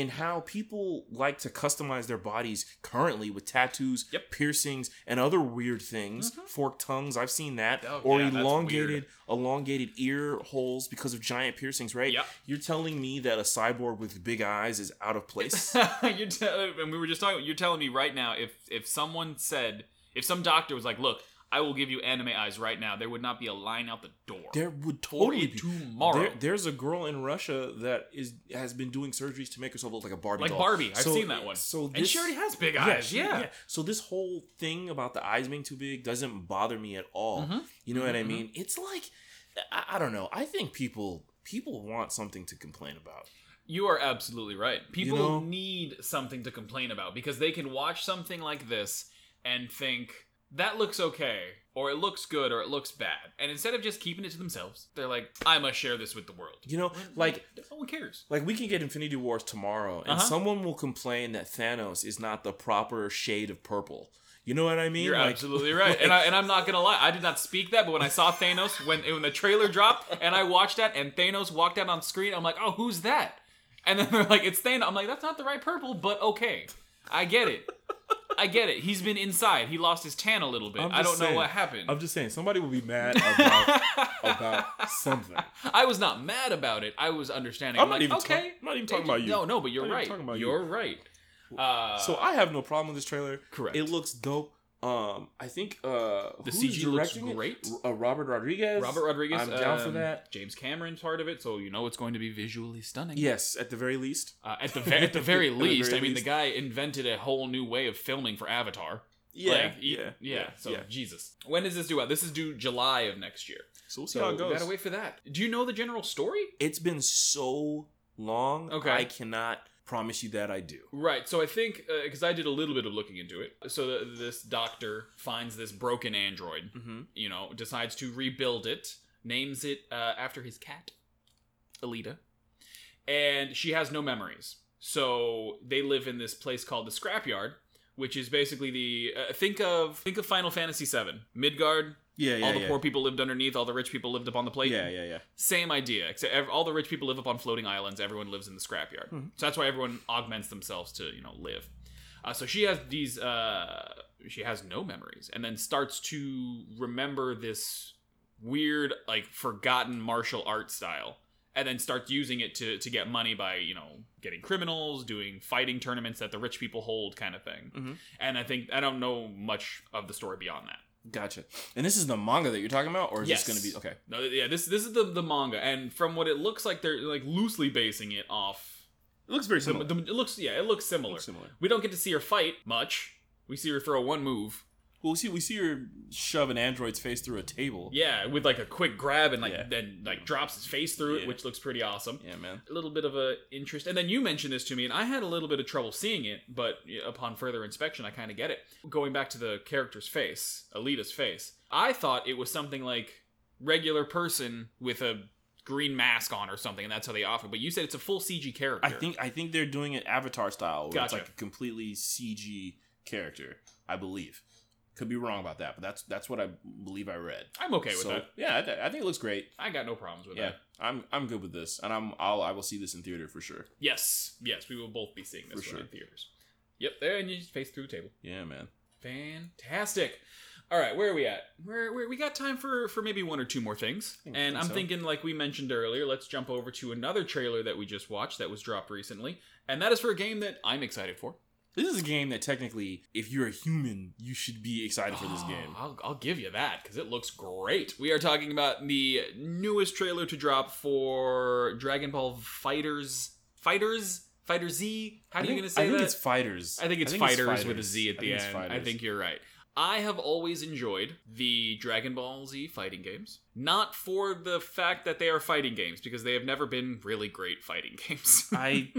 Speaker 4: and how people like to customize their bodies currently with tattoos,
Speaker 2: Yep. Mm-hmm.
Speaker 4: piercings, and other weird things, forked tongues, I've seen that,
Speaker 2: Oh,
Speaker 4: or
Speaker 2: yeah, that's weird.
Speaker 4: elongated elongated ear holes because of giant piercings, right?
Speaker 2: Yep.
Speaker 4: You're telling me that a cyborg with big eyes is out of
Speaker 2: *laughs*
Speaker 4: place?
Speaker 2: *laughs* you're tell- and we were just talking. You're telling me right now if if someone said if some doctor was like, "Look, I will give you anime eyes right now. There would not be a line out the door.
Speaker 4: There would
Speaker 2: Or
Speaker 4: totally be
Speaker 2: tomorrow.
Speaker 4: There, there's a girl in Russia that is has been doing surgeries to make herself look like a Barbie.
Speaker 2: like
Speaker 4: doll.
Speaker 2: Barbie. I've
Speaker 4: So-
Speaker 2: seen that one.
Speaker 4: So
Speaker 2: and
Speaker 4: this-
Speaker 2: she already has big
Speaker 4: yeah,
Speaker 2: eyes.
Speaker 4: she-
Speaker 2: Yeah.
Speaker 4: So this whole thing about the eyes being too big doesn't bother me at all.
Speaker 2: Mhm.
Speaker 4: You know what I
Speaker 2: Mhm, mhm.
Speaker 4: mean? It's like I, I don't know. I think people people want something to complain about.
Speaker 2: You are absolutely right. People
Speaker 4: know?
Speaker 2: need something to complain about because they can watch something like this and think that looks okay or it looks good or it looks bad. And instead of just keeping it to themselves, they're like, I must share this with the world.
Speaker 4: You know,
Speaker 2: When-
Speaker 4: like
Speaker 2: no one cares.
Speaker 4: like we can get Infinity Wars tomorrow, and
Speaker 2: Uh-huh.
Speaker 4: someone will complain that Thanos is not the proper shade of purple. You know what I mean?
Speaker 2: You're
Speaker 4: Like,
Speaker 2: absolutely right, and, I, and I'm not gonna lie. I did not speak that, but when I saw Thanos when when the trailer dropped and I watched that, and Thanos walked out on screen, I'm like, oh, who's that? And then *laughs* they're like, it's Thanos. I'm like, that's not the right purple, but okay, I get it. I get it. He's been inside. He lost his tan a little bit.
Speaker 4: I'm
Speaker 2: I don't
Speaker 4: just
Speaker 2: know
Speaker 4: saying.
Speaker 2: what happened.
Speaker 4: I'm just saying somebody will be mad about *laughs* about something.
Speaker 2: I was not mad about it. I was understanding.
Speaker 4: I'm
Speaker 2: I'm,
Speaker 4: not
Speaker 2: like,
Speaker 4: even
Speaker 2: okay.
Speaker 4: talking- I'm not even
Speaker 2: They
Speaker 4: talking about
Speaker 2: just-
Speaker 4: you.
Speaker 2: No, no, but you're
Speaker 4: I'm not even
Speaker 2: right.
Speaker 4: talking about you.
Speaker 2: you're right. Uh,
Speaker 4: so I have no problem with this trailer.
Speaker 2: correct.
Speaker 4: It looks dope. Um, I think uh,
Speaker 2: The
Speaker 4: who's
Speaker 2: CG looks
Speaker 4: directing it?
Speaker 2: great.
Speaker 4: R- uh, Robert Rodriguez.
Speaker 2: Robert Rodriguez.
Speaker 4: I'm down for
Speaker 2: um,
Speaker 4: that.
Speaker 2: James Cameron's part of it, so you know it's going to be visually stunning.
Speaker 4: Yes, at the very least.
Speaker 2: Uh, at the ve- at the very
Speaker 4: *laughs* At the
Speaker 2: least,
Speaker 4: very
Speaker 2: I mean, the
Speaker 4: least.
Speaker 2: guy invented a whole new way of filming for Avatar.
Speaker 4: Yeah,
Speaker 2: Like, he-
Speaker 4: yeah,
Speaker 2: yeah. So
Speaker 4: yeah.
Speaker 2: Jesus, when does this due out? This is due July of next year.
Speaker 4: So we'll see
Speaker 2: So
Speaker 4: how it
Speaker 2: we
Speaker 4: goes.
Speaker 2: gotta wait for that. Do you know the general story?
Speaker 4: It's been so long.
Speaker 2: Okay.
Speaker 4: I cannot promise you that I do.
Speaker 2: Right. So I think because I did a little bit of looking into it. So th- this doctor finds this broken android.
Speaker 4: Mm-hmm.
Speaker 2: You know, decides to rebuild it. Names it uh, after his cat, Alita, and she has no memories. So they live in this place called the Scrapyard, which is basically the uh, think of think of Final Fantasy VII, Midgard.
Speaker 4: Yeah, yeah,
Speaker 2: all the
Speaker 4: yeah.
Speaker 2: poor people lived underneath. All the rich people lived up on the plate.
Speaker 4: Yeah, yeah, yeah.
Speaker 2: Same idea, except ev- all the rich people live up on floating islands. Everyone lives in the scrapyard,
Speaker 4: Mhm.
Speaker 2: so that's why everyone augments themselves to you know live. Uh, so she has these. Uh, she has no memories, and then starts to remember this weird, like forgotten martial art style, and then starts using it to to get money by you know getting criminals, doing fighting tournaments that the rich people hold, kind of thing.
Speaker 4: Mhm.
Speaker 2: And I think I don't know much of the story beyond that.
Speaker 4: Gotcha. And this is the manga that you're talking about, or is
Speaker 2: Yes.
Speaker 4: this going to be okay?
Speaker 2: No, yeah, this this is the the manga, and from what it looks like, they're like loosely basing it off.
Speaker 4: It looks very
Speaker 2: the- the- it looks yeah, it looks similar.
Speaker 4: similar.
Speaker 2: We don't get to see her fight much. We see her throw one move,
Speaker 4: Well, we see we see her shove an android's face through a table.
Speaker 2: yeah, with like a quick grab and like
Speaker 4: Yeah.
Speaker 2: then like drops his face through it,
Speaker 4: Yeah.
Speaker 2: which looks pretty awesome.
Speaker 4: Yeah, man.
Speaker 2: A little bit of a interest, and then you mentioned this to me, and I had a little bit of trouble seeing it, but upon further inspection, I kind of get it. Going back to the character's face, Alita's face, I thought it was something like regular person with a green mask on or something, and that's how they offer. But you said it's a full CG character.
Speaker 4: I think I think they're doing it Avatar style, where it's
Speaker 2: Gotcha.
Speaker 4: like a completely CG character. I believe. Could be wrong about that, but that's that's what I believe I read.
Speaker 2: I'm okay with
Speaker 4: So,
Speaker 2: that.
Speaker 4: Yeah, I, th- I think it looks great.
Speaker 2: I got no problems with
Speaker 4: Yeah,
Speaker 2: that.
Speaker 4: I'm I'm good with this, and I'm I'll I will see this in theater for sure.
Speaker 2: Yes, yes, we will both be seeing this
Speaker 4: For
Speaker 2: one in
Speaker 4: sure.
Speaker 2: theaters. Yep, there, and you just face through the table.
Speaker 4: Yeah, man.
Speaker 2: Fantastic. All right, where are we at? Where, where we got time for for maybe one or two more things, and
Speaker 4: think- Hmm, think
Speaker 2: I'm
Speaker 4: so.
Speaker 2: thinking like we mentioned earlier, let's jump over to another trailer that we just watched that was dropped recently, and that is for a game that I'm excited for.
Speaker 4: This is a game that technically, if you're a human, you should be excited for this
Speaker 2: Oh,
Speaker 4: game.
Speaker 2: I'll, I'll give you that because it looks great. We are talking about the newest trailer to drop for Dragon Ball Fighters, Fighters, Fighter Z. How are
Speaker 4: I
Speaker 2: you
Speaker 4: think,
Speaker 2: gonna say
Speaker 4: I think
Speaker 2: that?
Speaker 4: it's fighters.
Speaker 2: I think it's fighters with a Z at
Speaker 4: I
Speaker 2: the
Speaker 4: think it's
Speaker 2: end. I
Speaker 4: fighters.
Speaker 2: think you're right. I have always enjoyed the Dragon Ball Z fighting games, not for the fact that they are fighting games, because they have never been really great fighting *laughs* games.
Speaker 4: I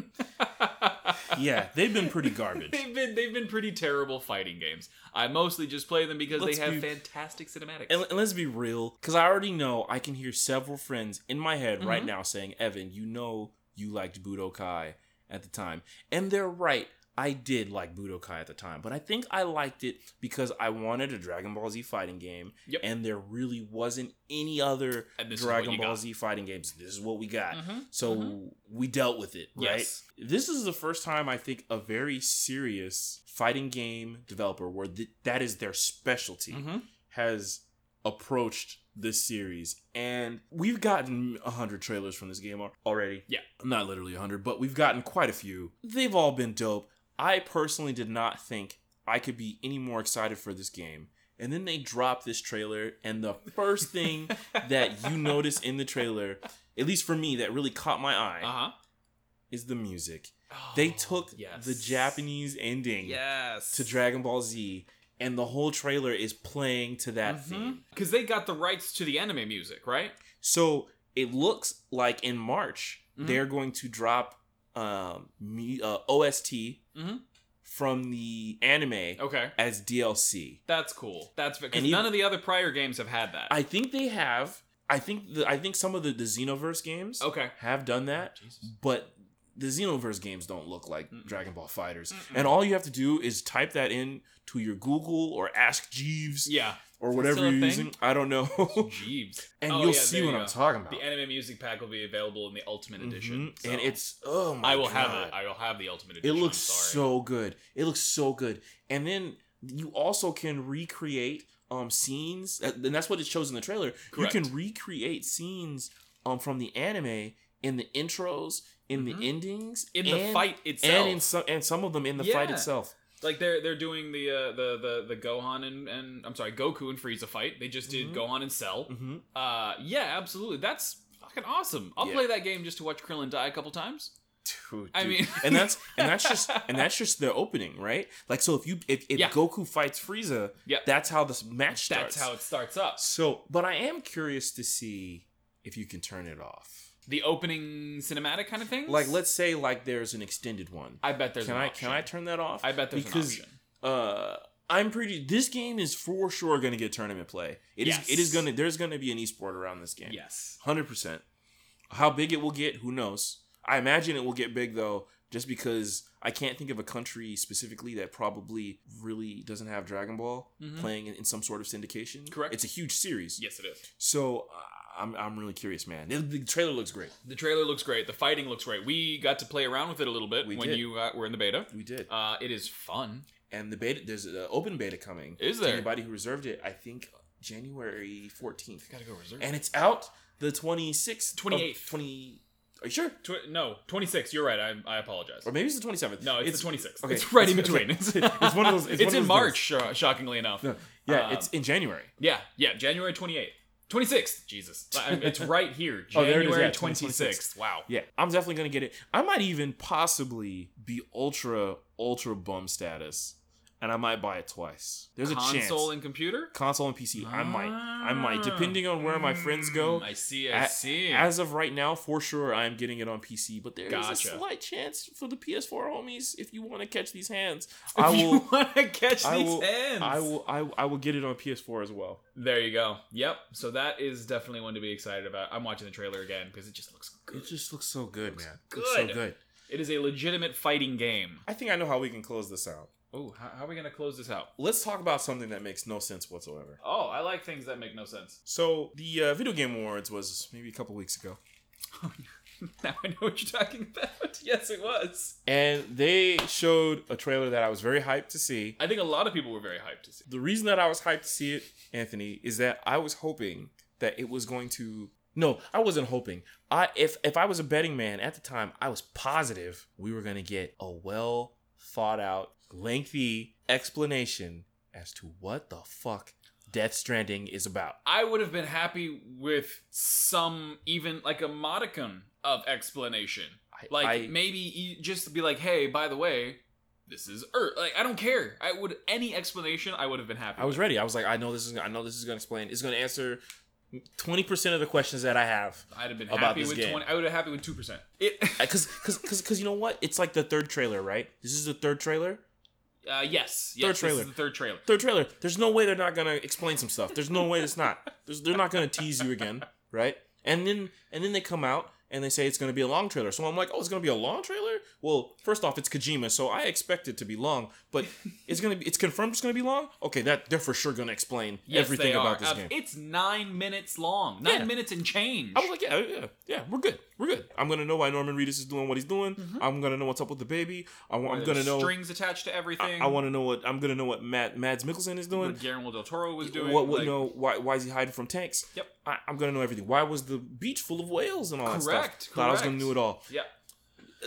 Speaker 4: yeah, they've been pretty
Speaker 2: *laughs*
Speaker 4: garbage.
Speaker 2: they've been they've been pretty terrible fighting games. I mostly just play them because
Speaker 4: Let's
Speaker 2: they have
Speaker 4: be-
Speaker 2: fantastic cinematics.
Speaker 4: And, and let's be real, because I already know I can hear several friends in my head right
Speaker 2: Mm-hmm.
Speaker 4: now saying, Evan, you know you liked Budokai at the time. And they're right. I did like Budokai at the time, but I think I liked it because I wanted a Dragon Ball Z fighting game,
Speaker 2: Yep.
Speaker 4: and there really wasn't any other
Speaker 2: And this is what
Speaker 4: Dragon
Speaker 2: you
Speaker 4: Ball
Speaker 2: got.
Speaker 4: Z fighting games. This is what we got.
Speaker 2: Mhm,
Speaker 4: So
Speaker 2: mhm.
Speaker 4: we dealt with it, right?
Speaker 2: Yes.
Speaker 4: This is the first time I think a very serious fighting game developer where th- that is their specialty
Speaker 2: Mhm.
Speaker 4: has approached this series and we've gotten 100 trailers from this game al- already
Speaker 2: Yeah.
Speaker 4: not literally 100 but we've gotten quite a few they've all been dope i personally did not think i could be any more excited for this game And then they drop this trailer, and the
Speaker 2: *laughs*
Speaker 4: first thing that you notice in the trailer, at least for me, that really caught my eye
Speaker 2: Uh
Speaker 4: is the music.
Speaker 2: huh.
Speaker 4: They took
Speaker 2: Oh, yes.
Speaker 4: the Japanese ending
Speaker 2: yes
Speaker 4: to Dragon Ball Z, and the whole trailer is playing to that
Speaker 2: Mm-hmm.
Speaker 4: theme.
Speaker 2: because they got the rights to the anime music, right?
Speaker 4: So it looks like in March
Speaker 2: Mhm.
Speaker 4: they're going to drop um, mu- uh, OST
Speaker 2: Mhm.
Speaker 4: from the anime
Speaker 2: Okay,
Speaker 4: as DLC.
Speaker 2: that's cool. That's because
Speaker 4: And even-
Speaker 2: none of the other prior games have had that.
Speaker 4: I think they have. I think the, I think some of the, the Xenoverse games
Speaker 2: okay.
Speaker 4: have done that,
Speaker 2: Jesus.
Speaker 4: but the Xenoverse games don't look like
Speaker 2: Mm-mm.
Speaker 4: Dragon Ball Fighters.
Speaker 2: Mm-mm.
Speaker 4: And all you have to do is type that in to your Google or Ask Jeeves
Speaker 2: Yeah.
Speaker 4: *laughs* or
Speaker 2: Is that
Speaker 4: whatever
Speaker 2: still a
Speaker 4: you're
Speaker 2: thing?
Speaker 4: using. I don't know.
Speaker 2: Jeeves.
Speaker 4: *laughs* and
Speaker 2: Oh,
Speaker 4: you'll
Speaker 2: yeah,
Speaker 4: see
Speaker 2: there
Speaker 4: what
Speaker 2: you
Speaker 4: I'm
Speaker 2: go.
Speaker 4: talking about.
Speaker 2: The anime music pack will be available in the Ultimate Edition,
Speaker 4: Mhm.
Speaker 2: so-
Speaker 4: And it's oh my
Speaker 2: I will
Speaker 4: God.
Speaker 2: have it. I will have the Ultimate
Speaker 4: It
Speaker 2: Edition.
Speaker 4: looks
Speaker 2: I'm sorry.
Speaker 4: so good. It looks so good. And then you also can recreate um scenes, uh, and that's what it shows in the trailer.
Speaker 2: Correct.
Speaker 4: You can recreate scenes um from the anime in the intros, in
Speaker 2: Mhm.
Speaker 4: the endings,
Speaker 2: in the
Speaker 4: and-
Speaker 2: fight itself.
Speaker 4: and in some and some of them in the fight
Speaker 2: Yeah.
Speaker 4: itself.
Speaker 2: Like they're they're doing the uh, the the the Gohan and, and I'm sorry Goku and Frieza fight. They just did
Speaker 4: Mhm.
Speaker 2: Gohan and Cell.
Speaker 4: Mhm.
Speaker 2: Uh, yeah, absolutely. That's fucking awesome. I'll
Speaker 4: Yeah.
Speaker 2: play that game just to watch Krillin die a couple times.
Speaker 4: Dude,
Speaker 2: I
Speaker 4: dude.
Speaker 2: *laughs* mean-
Speaker 4: and that's and that's just and that's just their opening, right? Like, so if you if, if
Speaker 2: Yeah.
Speaker 4: Goku fights Frieza,
Speaker 2: Yeah.
Speaker 4: that's how this match starts.
Speaker 2: That's how it starts up.
Speaker 4: So, but I am curious to see if you can turn it off.
Speaker 2: The opening cinematic kind of thing.
Speaker 4: Like, let's say like there's an extended one.
Speaker 2: I bet there's.
Speaker 4: Can
Speaker 2: an
Speaker 4: I
Speaker 2: option.
Speaker 4: can I turn that off?
Speaker 2: I bet there's
Speaker 4: because
Speaker 2: an option.
Speaker 4: uh, I'm pretty. This game is for sure going to get tournament play. It is.
Speaker 2: Yes.
Speaker 4: It is going to. There's going to be an esport around this game.
Speaker 2: Yes.
Speaker 4: hundred percent. How big it will get, who knows? I imagine it will get big though, just because I can't think of a country specifically that probably really doesn't have Dragon Ball
Speaker 2: Mhm.
Speaker 4: playing in, in some sort of syndication.
Speaker 2: Correct.
Speaker 4: It's a huge series.
Speaker 2: Yes, it is.
Speaker 4: So uh, I'm I'm really curious, man. The, the trailer looks great.
Speaker 2: The trailer looks great. The fighting looks great. We got to play around with it a little bit
Speaker 4: We
Speaker 2: when
Speaker 4: did.
Speaker 2: you uh, were in the beta.
Speaker 4: We did.
Speaker 2: Uh, it is fun.
Speaker 4: and the beta, there's an open beta coming.
Speaker 2: Is
Speaker 4: to
Speaker 2: there?
Speaker 4: anybody who reserved it? I think January 14th,
Speaker 2: Gotta go reserve.
Speaker 4: and it's out the 26th,
Speaker 2: 28th.
Speaker 4: 20. Are you sure?
Speaker 2: Tw- no, 26. You're right. I, I apologize.
Speaker 4: Or maybe it's the 27th.
Speaker 2: No, it's, the 26.
Speaker 4: okay.
Speaker 2: It's right in
Speaker 4: It's- okay.
Speaker 2: between. It's,
Speaker 4: It's one of those-
Speaker 2: *laughs*
Speaker 4: it's one of
Speaker 2: in
Speaker 4: those
Speaker 2: March, sho- shockingly enough.
Speaker 4: No, yeah,
Speaker 2: Um,
Speaker 4: it's in January.
Speaker 2: Yeah, yeah, January 28th. 26th, Jesus. I- It's right here.
Speaker 4: *laughs* Oh, there it
Speaker 2: January
Speaker 4: is, yeah,
Speaker 2: 26th. Wow.
Speaker 4: Yeah, I'm definitely gonna get it. I might even possibly be ultra ultra bum status, and I might buy it twice. There's a chance.
Speaker 2: Console and computer?
Speaker 4: Console and PC. I might. I might.
Speaker 2: Ah.
Speaker 4: Depending on where my friends go.
Speaker 2: Mm, I see, I
Speaker 4: A-
Speaker 2: see.
Speaker 4: As of right now, for sure, I am getting it on PC, but there is
Speaker 2: Gotcha.
Speaker 4: a slight chance for the PS4 homies. If you want to catch these hands,
Speaker 2: *laughs* If
Speaker 4: I
Speaker 2: you
Speaker 4: *laughs* will.
Speaker 2: want to catch
Speaker 4: I
Speaker 2: these
Speaker 4: will-
Speaker 2: hands.
Speaker 4: I will. I, I will get it on PS4 as well.
Speaker 2: There you go. Yep. So that is definitely one to be excited about. I'm watching the trailer again because it just looks good.
Speaker 4: It just looks so good, man.
Speaker 2: good.
Speaker 4: Looks so good.
Speaker 2: It is a legitimate fighting game.
Speaker 4: I think I know how we can close this out.
Speaker 2: Oh, how, how are we going to close this out?
Speaker 4: Let's talk about something that makes no sense whatsoever.
Speaker 2: Oh, I like things that make no sense. *laughs*
Speaker 4: So the uh, video game awards was maybe a couple weeks ago,
Speaker 2: now I know what you're talking about. *laughs* Yes, it was.
Speaker 4: and they showed a trailer that I was very hyped to see.
Speaker 2: I think a lot of people were very hyped to see.
Speaker 4: The reason that I was hyped to see it, Anthony, is that I was hoping that it was going to. No, I wasn't hoping. I if if I was a betting man at the time, I was positive we were going to get a well thought out, lengthy explanation as to what the fuck Death Stranding is about.
Speaker 2: I would have been happy with some, even like a modicum of explanation.
Speaker 4: I-
Speaker 2: Like
Speaker 4: I-
Speaker 2: maybe you just be like, "Hey, by the way, this is Earth." Like I don't care. I would any explanation. I would have been happy.
Speaker 4: I was ready. I was like, I know this is. I know this is going to explain. It's going to answer twenty percent of the questions that I have.
Speaker 2: with. I'd have been
Speaker 4: about
Speaker 2: happy
Speaker 4: this
Speaker 2: with
Speaker 4: game.
Speaker 2: twenty. I would have happy with two percent.
Speaker 4: *laughs*
Speaker 2: It.
Speaker 4: Because, because, because, you know what? It's like the third trailer, right? This is the third trailer.
Speaker 2: *laughs* Uh, yes. yes
Speaker 4: Third
Speaker 2: this is
Speaker 4: trailer.
Speaker 2: the third trailer.
Speaker 4: Third trailer. There's no way they're not going to explain some stuff. There's no way it's not. There's, they're not going to tease you again, right? And then, and then they come out and they say it's going to be a long trailer. So I'm like, oh, it's going to be a long trailer. Well, first off, it's Kojima, so I expect it to be long.
Speaker 2: *laughs*
Speaker 4: But it's going to be. It's confirmed. It's going to be long. Okay, that they're for sure going to explain
Speaker 2: Yes,
Speaker 4: everything
Speaker 2: they are.
Speaker 4: about this
Speaker 2: Uh,
Speaker 4: game.
Speaker 2: It's nine minutes long. Nine
Speaker 4: Yeah.
Speaker 2: minutes and change.
Speaker 4: I was like, yeah, yeah, yeah, we're good. We're good. I'm gonna know why Norman Reedus is doing what he's doing.
Speaker 2: Mm-hmm.
Speaker 4: I'm gonna know what's up with the baby. I want, I'm
Speaker 2: There's
Speaker 4: gonna know.
Speaker 2: strings attached to everything.
Speaker 4: I want to know what I'm gonna know what Matt Mads Mikkelsen is
Speaker 2: what
Speaker 4: doing.
Speaker 2: Guillermo del Toro was doing.
Speaker 4: what what
Speaker 2: like-
Speaker 4: no? Why why is he hiding from tanks?
Speaker 2: Yep.
Speaker 4: I, I'm gonna know everything. Why was the beach full of whales and all that stuff?
Speaker 2: Correct,
Speaker 4: Thought I was gonna
Speaker 2: correct.
Speaker 4: know it all.
Speaker 2: Yeah.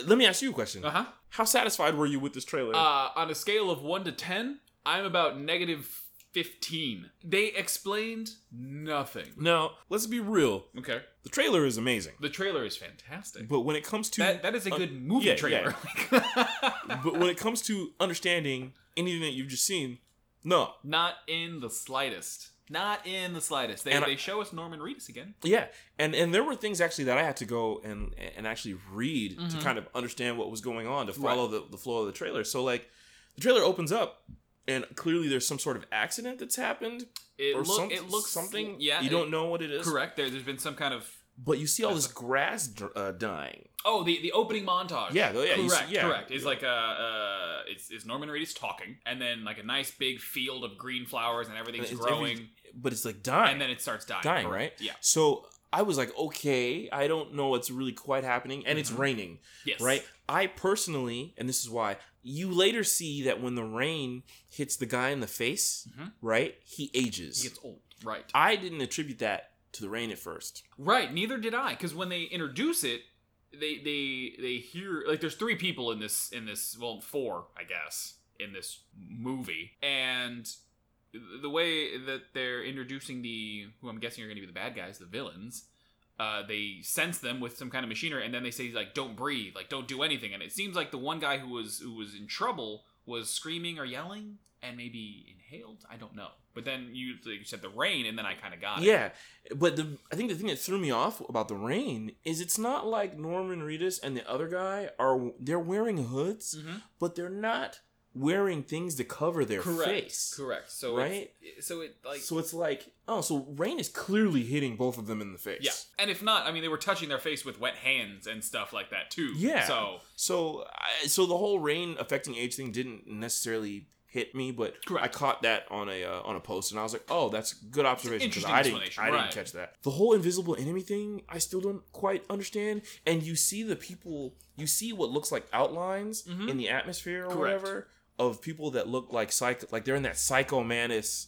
Speaker 4: Let me ask you a question.
Speaker 2: Uh huh.
Speaker 4: How satisfied were you with this trailer?
Speaker 2: Uh, on a scale of one to ten, I'm about negative 15. They explained
Speaker 4: *laughs*
Speaker 2: nothing.
Speaker 4: Now, let's be real.
Speaker 2: Okay.
Speaker 4: The trailer is amazing.
Speaker 2: The trailer is fantastic.
Speaker 4: But when it comes to
Speaker 2: that, that is a
Speaker 4: uh,
Speaker 2: good movie
Speaker 4: yeah,
Speaker 2: trailer. *laughs*
Speaker 4: but when it comes to understanding anything that you've just seen, no.
Speaker 2: Not in the slightest. Not in the slightest. They,
Speaker 4: And I-
Speaker 2: they show us Norman Reedus again.
Speaker 4: Yeah. And and there were things actually that I had to go and and actually read to
Speaker 2: Mm-hmm.
Speaker 4: kind of understand what was going on to follow the, the flow of the trailer. So like the trailer opens up and clearly there's some sort of accident that's happened
Speaker 2: It,
Speaker 4: or
Speaker 2: look,
Speaker 4: some-
Speaker 2: it looks
Speaker 4: something
Speaker 2: Yeah,
Speaker 4: you
Speaker 2: it-
Speaker 4: don't know what it is
Speaker 2: Correct. There, there's been some kind of
Speaker 4: but you see all this grass dr- uh, dying
Speaker 2: oh the, the opening montage.
Speaker 4: Yeah, oh, yeah, you see-
Speaker 2: correct.
Speaker 4: yeah.
Speaker 2: correct. It's like uh, uh it's, it's Norman Reedus talking, and then like a nice big field of green flowers and everything's
Speaker 4: It's every-
Speaker 2: growing,
Speaker 4: but it's like dying
Speaker 2: and then it starts dying.
Speaker 4: dying,
Speaker 2: correct.
Speaker 4: right?
Speaker 2: Yeah.
Speaker 4: So I was like, okay, I don't know what's really quite happening, and it's
Speaker 2: Mhm.
Speaker 4: raining,
Speaker 2: Yes.
Speaker 4: right? I personally, and this is why, you later see that when the rain hits the guy in the face,
Speaker 2: Mhm.
Speaker 4: right, he ages.
Speaker 2: He gets old. Right.
Speaker 4: I didn't attribute that to the rain at first.
Speaker 2: Right. Neither did I, because when they introduce it, they they they hear like there's three people in this in this well four I guess in this movie, and the way that they're introducing the who I'm guessing are going to be the bad guys, the villains. Uh, they sense them with some kind of machinery, and then they say like, "Don't breathe, like don't do anything." And it seems like the one guy who was who was in trouble was screaming or yelling, and maybe inhaled. I don't know. But then you, you said the rain, and then I kind of got it.
Speaker 4: Yeah, but the I think the thing that threw me off about the rain is it's not like Norman Reedus and the other guy are they're wearing hoods,
Speaker 2: Mhm.
Speaker 4: but they're not wearing things to cover their
Speaker 2: correct,
Speaker 4: face.
Speaker 2: Correct. So
Speaker 4: right?
Speaker 2: It's, so it like
Speaker 4: so it's like, oh, so rain is clearly hitting both of them in the face.
Speaker 2: yeah. And if not, I mean, they were touching their face with wet hands and stuff like that too.
Speaker 4: Yeah.
Speaker 2: So
Speaker 4: So, I, so the whole rain affecting age thing didn't necessarily hit me, but
Speaker 2: Correct.
Speaker 4: I caught that on a uh, on a post, and I was like, oh, that's a good observation. 'cause
Speaker 2: Interesting
Speaker 4: I didn't,
Speaker 2: explanation,
Speaker 4: I didn't
Speaker 2: right.
Speaker 4: catch that. The whole invisible enemy thing, I still don't quite understand. And you see the people, you see what looks like outlines
Speaker 2: Mhm.
Speaker 4: in the atmosphere or
Speaker 2: Correct.
Speaker 4: whatever of people that look like psycho, like they're in that psycho manis,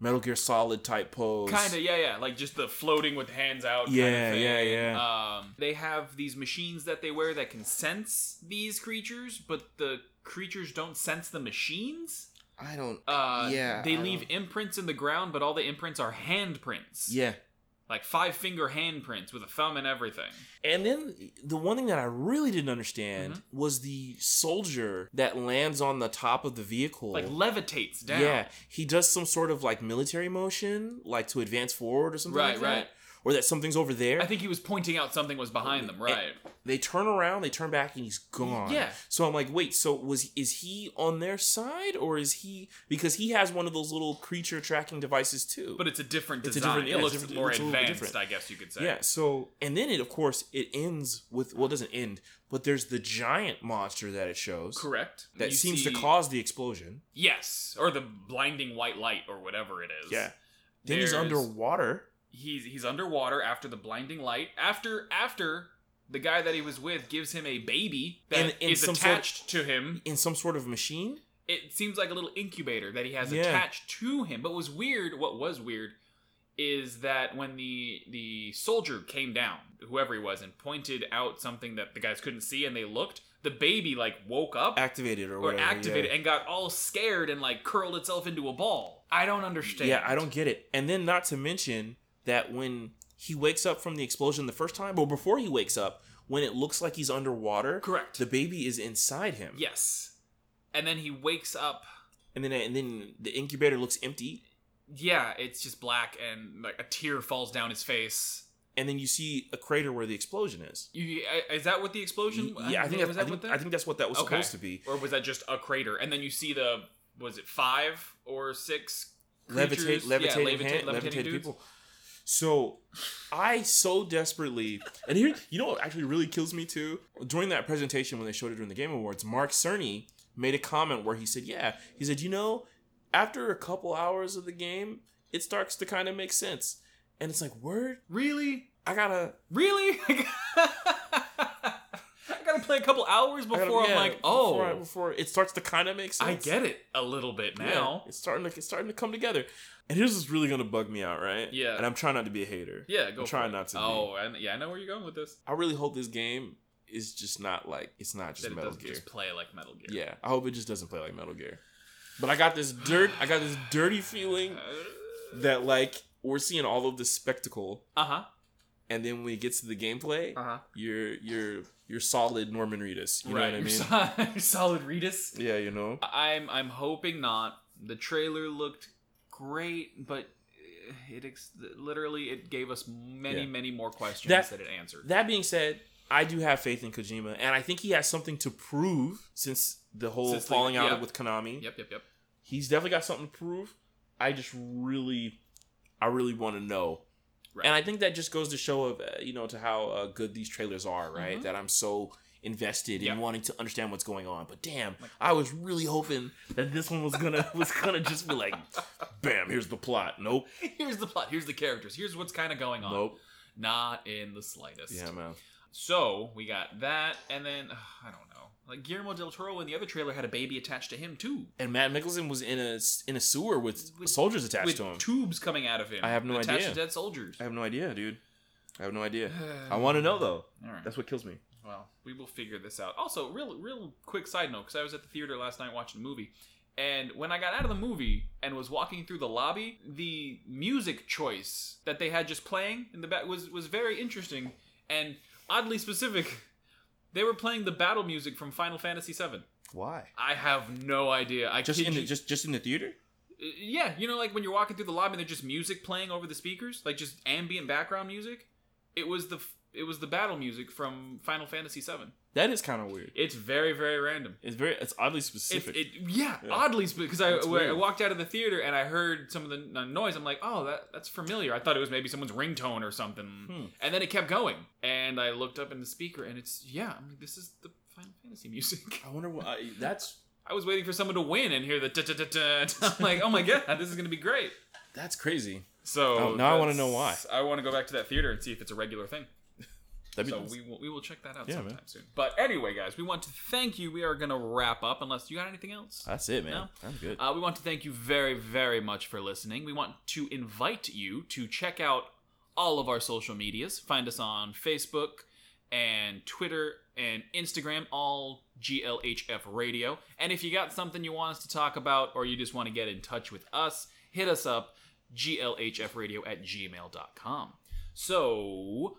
Speaker 4: Metal Gear Solid type pose.
Speaker 2: kind of yeah, yeah, like just the floating with hands out. kinda
Speaker 4: Yeah,
Speaker 2: thing.
Speaker 4: yeah, yeah.
Speaker 2: Um, they have these machines that they wear that can sense these creatures, but the creatures don't sense the machines.
Speaker 3: I don't.
Speaker 2: Uh,
Speaker 3: Yeah,
Speaker 2: they
Speaker 3: I
Speaker 2: leave
Speaker 3: don't-
Speaker 2: imprints in the ground, but all the imprints are handprints.
Speaker 4: yeah.
Speaker 2: like five finger handprints with a thumb and everything.
Speaker 4: And then the one thing that I really didn't understand
Speaker 2: Mm-hmm.
Speaker 4: was the soldier that lands on the top of the vehicle.
Speaker 2: Like levitates down.
Speaker 4: yeah, he does some sort of like military motion, like to advance forward or something.
Speaker 2: Right,
Speaker 4: like that.
Speaker 2: right.
Speaker 4: Or that something's over there.
Speaker 2: I think he was pointing out something was behind them, right?
Speaker 4: they turn around, they turn back, and he's gone.
Speaker 2: Yeah.
Speaker 4: So I'm like, wait, so was is he on their side or is he because he has one of those little creature tracking devices too?
Speaker 2: But it's a different
Speaker 4: It's a
Speaker 2: design.
Speaker 4: different- yeah,
Speaker 2: it
Speaker 4: it's
Speaker 2: looks
Speaker 4: different- it
Speaker 2: more
Speaker 4: looks a little bit
Speaker 2: advanced,
Speaker 4: different.
Speaker 2: I guess you could say.
Speaker 4: Yeah, so and then it of course it ends with well it doesn't end, but there's the giant monster that it shows.
Speaker 2: Correct.
Speaker 4: that
Speaker 2: You
Speaker 4: seems
Speaker 2: see-
Speaker 4: to cause the explosion.
Speaker 2: Yes, or the blinding white light or whatever it is.
Speaker 4: Then
Speaker 2: There's-
Speaker 4: he's underwater.
Speaker 2: He's he's underwater after the blinding light. After after the guy that he was with gives him a baby that is
Speaker 4: And- and some sort of-
Speaker 2: attached to him.
Speaker 4: In some sort of machine?
Speaker 2: It seems like a little incubator that he has
Speaker 4: Yeah.
Speaker 2: attached to him. But was weird, what was weird is that when the the soldier came down, whoever he was, and pointed out something that the guys couldn't see and they looked, the baby like woke up
Speaker 4: Activated or,
Speaker 2: or
Speaker 4: whatever. yeah.
Speaker 2: activated and got all scared and like curled itself into a ball. I don't understand.
Speaker 4: Yeah, I don't get it. And then not to mention that when he wakes up from the explosion the first time, or before he wakes up, when it looks like he's underwater,
Speaker 2: Correct.
Speaker 4: the baby is inside him.
Speaker 2: Yes. And then he wakes up.
Speaker 4: And then uh, and then the incubator looks empty.
Speaker 2: Yeah, it's just black and like a tear falls down his face.
Speaker 4: And then you see a crater where the explosion is.
Speaker 2: You, I- is that what the explosion?
Speaker 4: Yeah, I think,
Speaker 2: was
Speaker 4: that's,
Speaker 2: that what
Speaker 4: I, think,
Speaker 2: that?
Speaker 4: I think that's what that was
Speaker 2: Okay.
Speaker 4: supposed to be.
Speaker 2: or was that just a crater? And then you see the was it five or six
Speaker 4: levitate,
Speaker 2: creatures?
Speaker 4: levitate,
Speaker 2: yeah, levitate,
Speaker 4: hand,
Speaker 2: levitating
Speaker 4: levitate
Speaker 2: dudes?
Speaker 4: people. So I so desperately, and here, you know what actually really kills me too? During that presentation when they showed it during the Game Awards, Mark Cerny made a comment where he said, Yeah, he said, you know, after a couple hours of the game, it starts to kind of make sense. And it's like, Word?
Speaker 2: Really,
Speaker 4: I gotta,
Speaker 2: really. *laughs* I gotta play a couple hours
Speaker 4: I gotta-
Speaker 2: before
Speaker 4: yeah,
Speaker 2: I'm like, oh,
Speaker 4: Before, I- before it starts to kind of make sense.
Speaker 2: I get it a little bit
Speaker 4: Yeah,
Speaker 2: now.
Speaker 4: it's starting to it's starting to come together. And here's what's really gonna bug me out, right?
Speaker 2: Yeah.
Speaker 4: And I'm trying not to be a hater.
Speaker 2: Yeah, go.
Speaker 4: I'm
Speaker 2: for
Speaker 4: trying
Speaker 2: it.
Speaker 4: not to be.
Speaker 2: Oh, I, yeah, I know where you're going with this.
Speaker 4: I really hope this game is just not like it's not just
Speaker 2: That it
Speaker 4: Metal
Speaker 2: doesn't
Speaker 4: Gear.
Speaker 2: just play like Metal Gear.
Speaker 4: yeah, I hope it just doesn't play like Metal Gear. But I got this dirt. I got this dirty feeling that like we're seeing all of the spectacle,
Speaker 2: Uh huh.
Speaker 4: and then when it gets to the gameplay,
Speaker 2: Uh huh.
Speaker 4: you're you're you're solid Norman Reedus. You know
Speaker 2: Right. *laughs*
Speaker 4: what I mean?
Speaker 2: You're solid Redis.
Speaker 4: yeah, you know.
Speaker 2: I'm I'm hoping not. The trailer looked great, but it ex- literally it gave us many
Speaker 4: Yeah.
Speaker 2: many more questions
Speaker 4: That-
Speaker 2: that it answered.
Speaker 4: That being said, I do have faith in Kojima, and I think he has something to prove since the whole
Speaker 2: Since the-
Speaker 4: falling out
Speaker 2: yeah.
Speaker 4: with Konami.
Speaker 2: yep, yep, *laughs* yep.
Speaker 4: He's definitely got something to prove. I just really, I really want to know.
Speaker 2: Right.
Speaker 4: And I think that just goes to show of uh, you know to how uh, good these trailers are, right?
Speaker 2: Mhm.
Speaker 4: That I'm so invested
Speaker 2: Yeah.
Speaker 4: in wanting to understand what's going on. But damn, I was really hoping that this one was gonna *laughs* was gonna just be like, bam, here's the plot. Nope,
Speaker 2: Here's the plot. Here's the characters. Here's what's kind of going on.
Speaker 4: nope.
Speaker 2: Not in the slightest.
Speaker 4: Yeah, man.
Speaker 2: So we got that, and then ugh, I don't know. Like Guillermo del Toro in the other trailer had a baby attached to him too,
Speaker 4: And Matt Mickelson was in a s- in a sewer with,
Speaker 2: With-
Speaker 4: soldiers attached
Speaker 2: with
Speaker 4: to him.
Speaker 2: tubes coming out of him.
Speaker 4: I have no
Speaker 2: attached
Speaker 4: idea.
Speaker 2: to dead soldiers.
Speaker 4: I have no idea, dude. I have
Speaker 2: *sighs*
Speaker 4: no idea. I want to know though.
Speaker 2: All right.
Speaker 4: That's what kills me.
Speaker 2: Well, we will figure this out. Also, real real quick side note because I was at the theater last night watching a movie, and when I got out of the movie and was walking through the lobby, the music choice that they had just playing in the back was was very interesting and oddly specific. *laughs* They were playing the battle music from Final Fantasy VII.
Speaker 4: Why?
Speaker 2: I have no idea. I
Speaker 4: Just
Speaker 2: kid
Speaker 4: in the,
Speaker 2: you-
Speaker 4: just just in the theater?
Speaker 2: Uh, yeah, you know, like when you're walking through the lobby and there's just music playing over the speakers, like just ambient background music. It was the f- it was the battle music from Final Fantasy VII.
Speaker 4: That is kind of weird.
Speaker 2: It's very very random.
Speaker 4: It's very it's oddly
Speaker 2: It,
Speaker 4: specific.
Speaker 2: it yeah,
Speaker 4: Yeah.
Speaker 2: oddly because I,
Speaker 4: That's
Speaker 2: when I
Speaker 4: weird.
Speaker 2: walked out of the theater and I heard some of the n- noise. I'm like, oh, that that's familiar. I thought it was maybe someone's ringtone or something.
Speaker 4: Hmm.
Speaker 2: And then it kept going, and I looked up in the speaker, and it's yeah, I'm like, this is the Final Fantasy music. *laughs*
Speaker 4: I wonder what I, that's
Speaker 2: I was waiting for someone to win and hear the da da da da. *laughs* I'm like, oh my god, this is gonna be great.
Speaker 4: that's crazy.
Speaker 2: So
Speaker 4: Oh, now I wanna
Speaker 2: that's-
Speaker 4: know why.
Speaker 2: I want to go back to that theater and see if it's a regular thing.
Speaker 4: That'd
Speaker 2: So we will, we will check that out
Speaker 4: Yeah, man.
Speaker 2: sometime soon. But anyway, guys, we want to thank you. We are going to wrap up unless you got anything else.
Speaker 4: that's it, man.
Speaker 2: No.
Speaker 4: I'm good.
Speaker 2: Uh, we want to thank you very, very much for listening. We want to invite you to check out all of our social medias. Find us on Facebook and Twitter and Instagram, all GLHF Radio. And if you got something you want us to talk about or you just want to get in touch with us, hit us up, glhfradio at gmail.com. So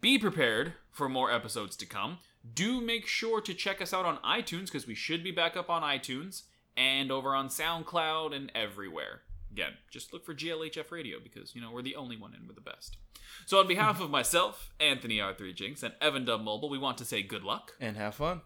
Speaker 2: be prepared for more episodes to come. Do make sure to check us out on iTunes because we should be back up on iTunes and over on SoundCloud and everywhere. Again, just look for GLHF Radio because, you know, we're the only one and we're the best. So, on behalf of myself, Anthony R3 Jinx, and Evan Dub Mobile, we want to say good luck.
Speaker 4: and have fun.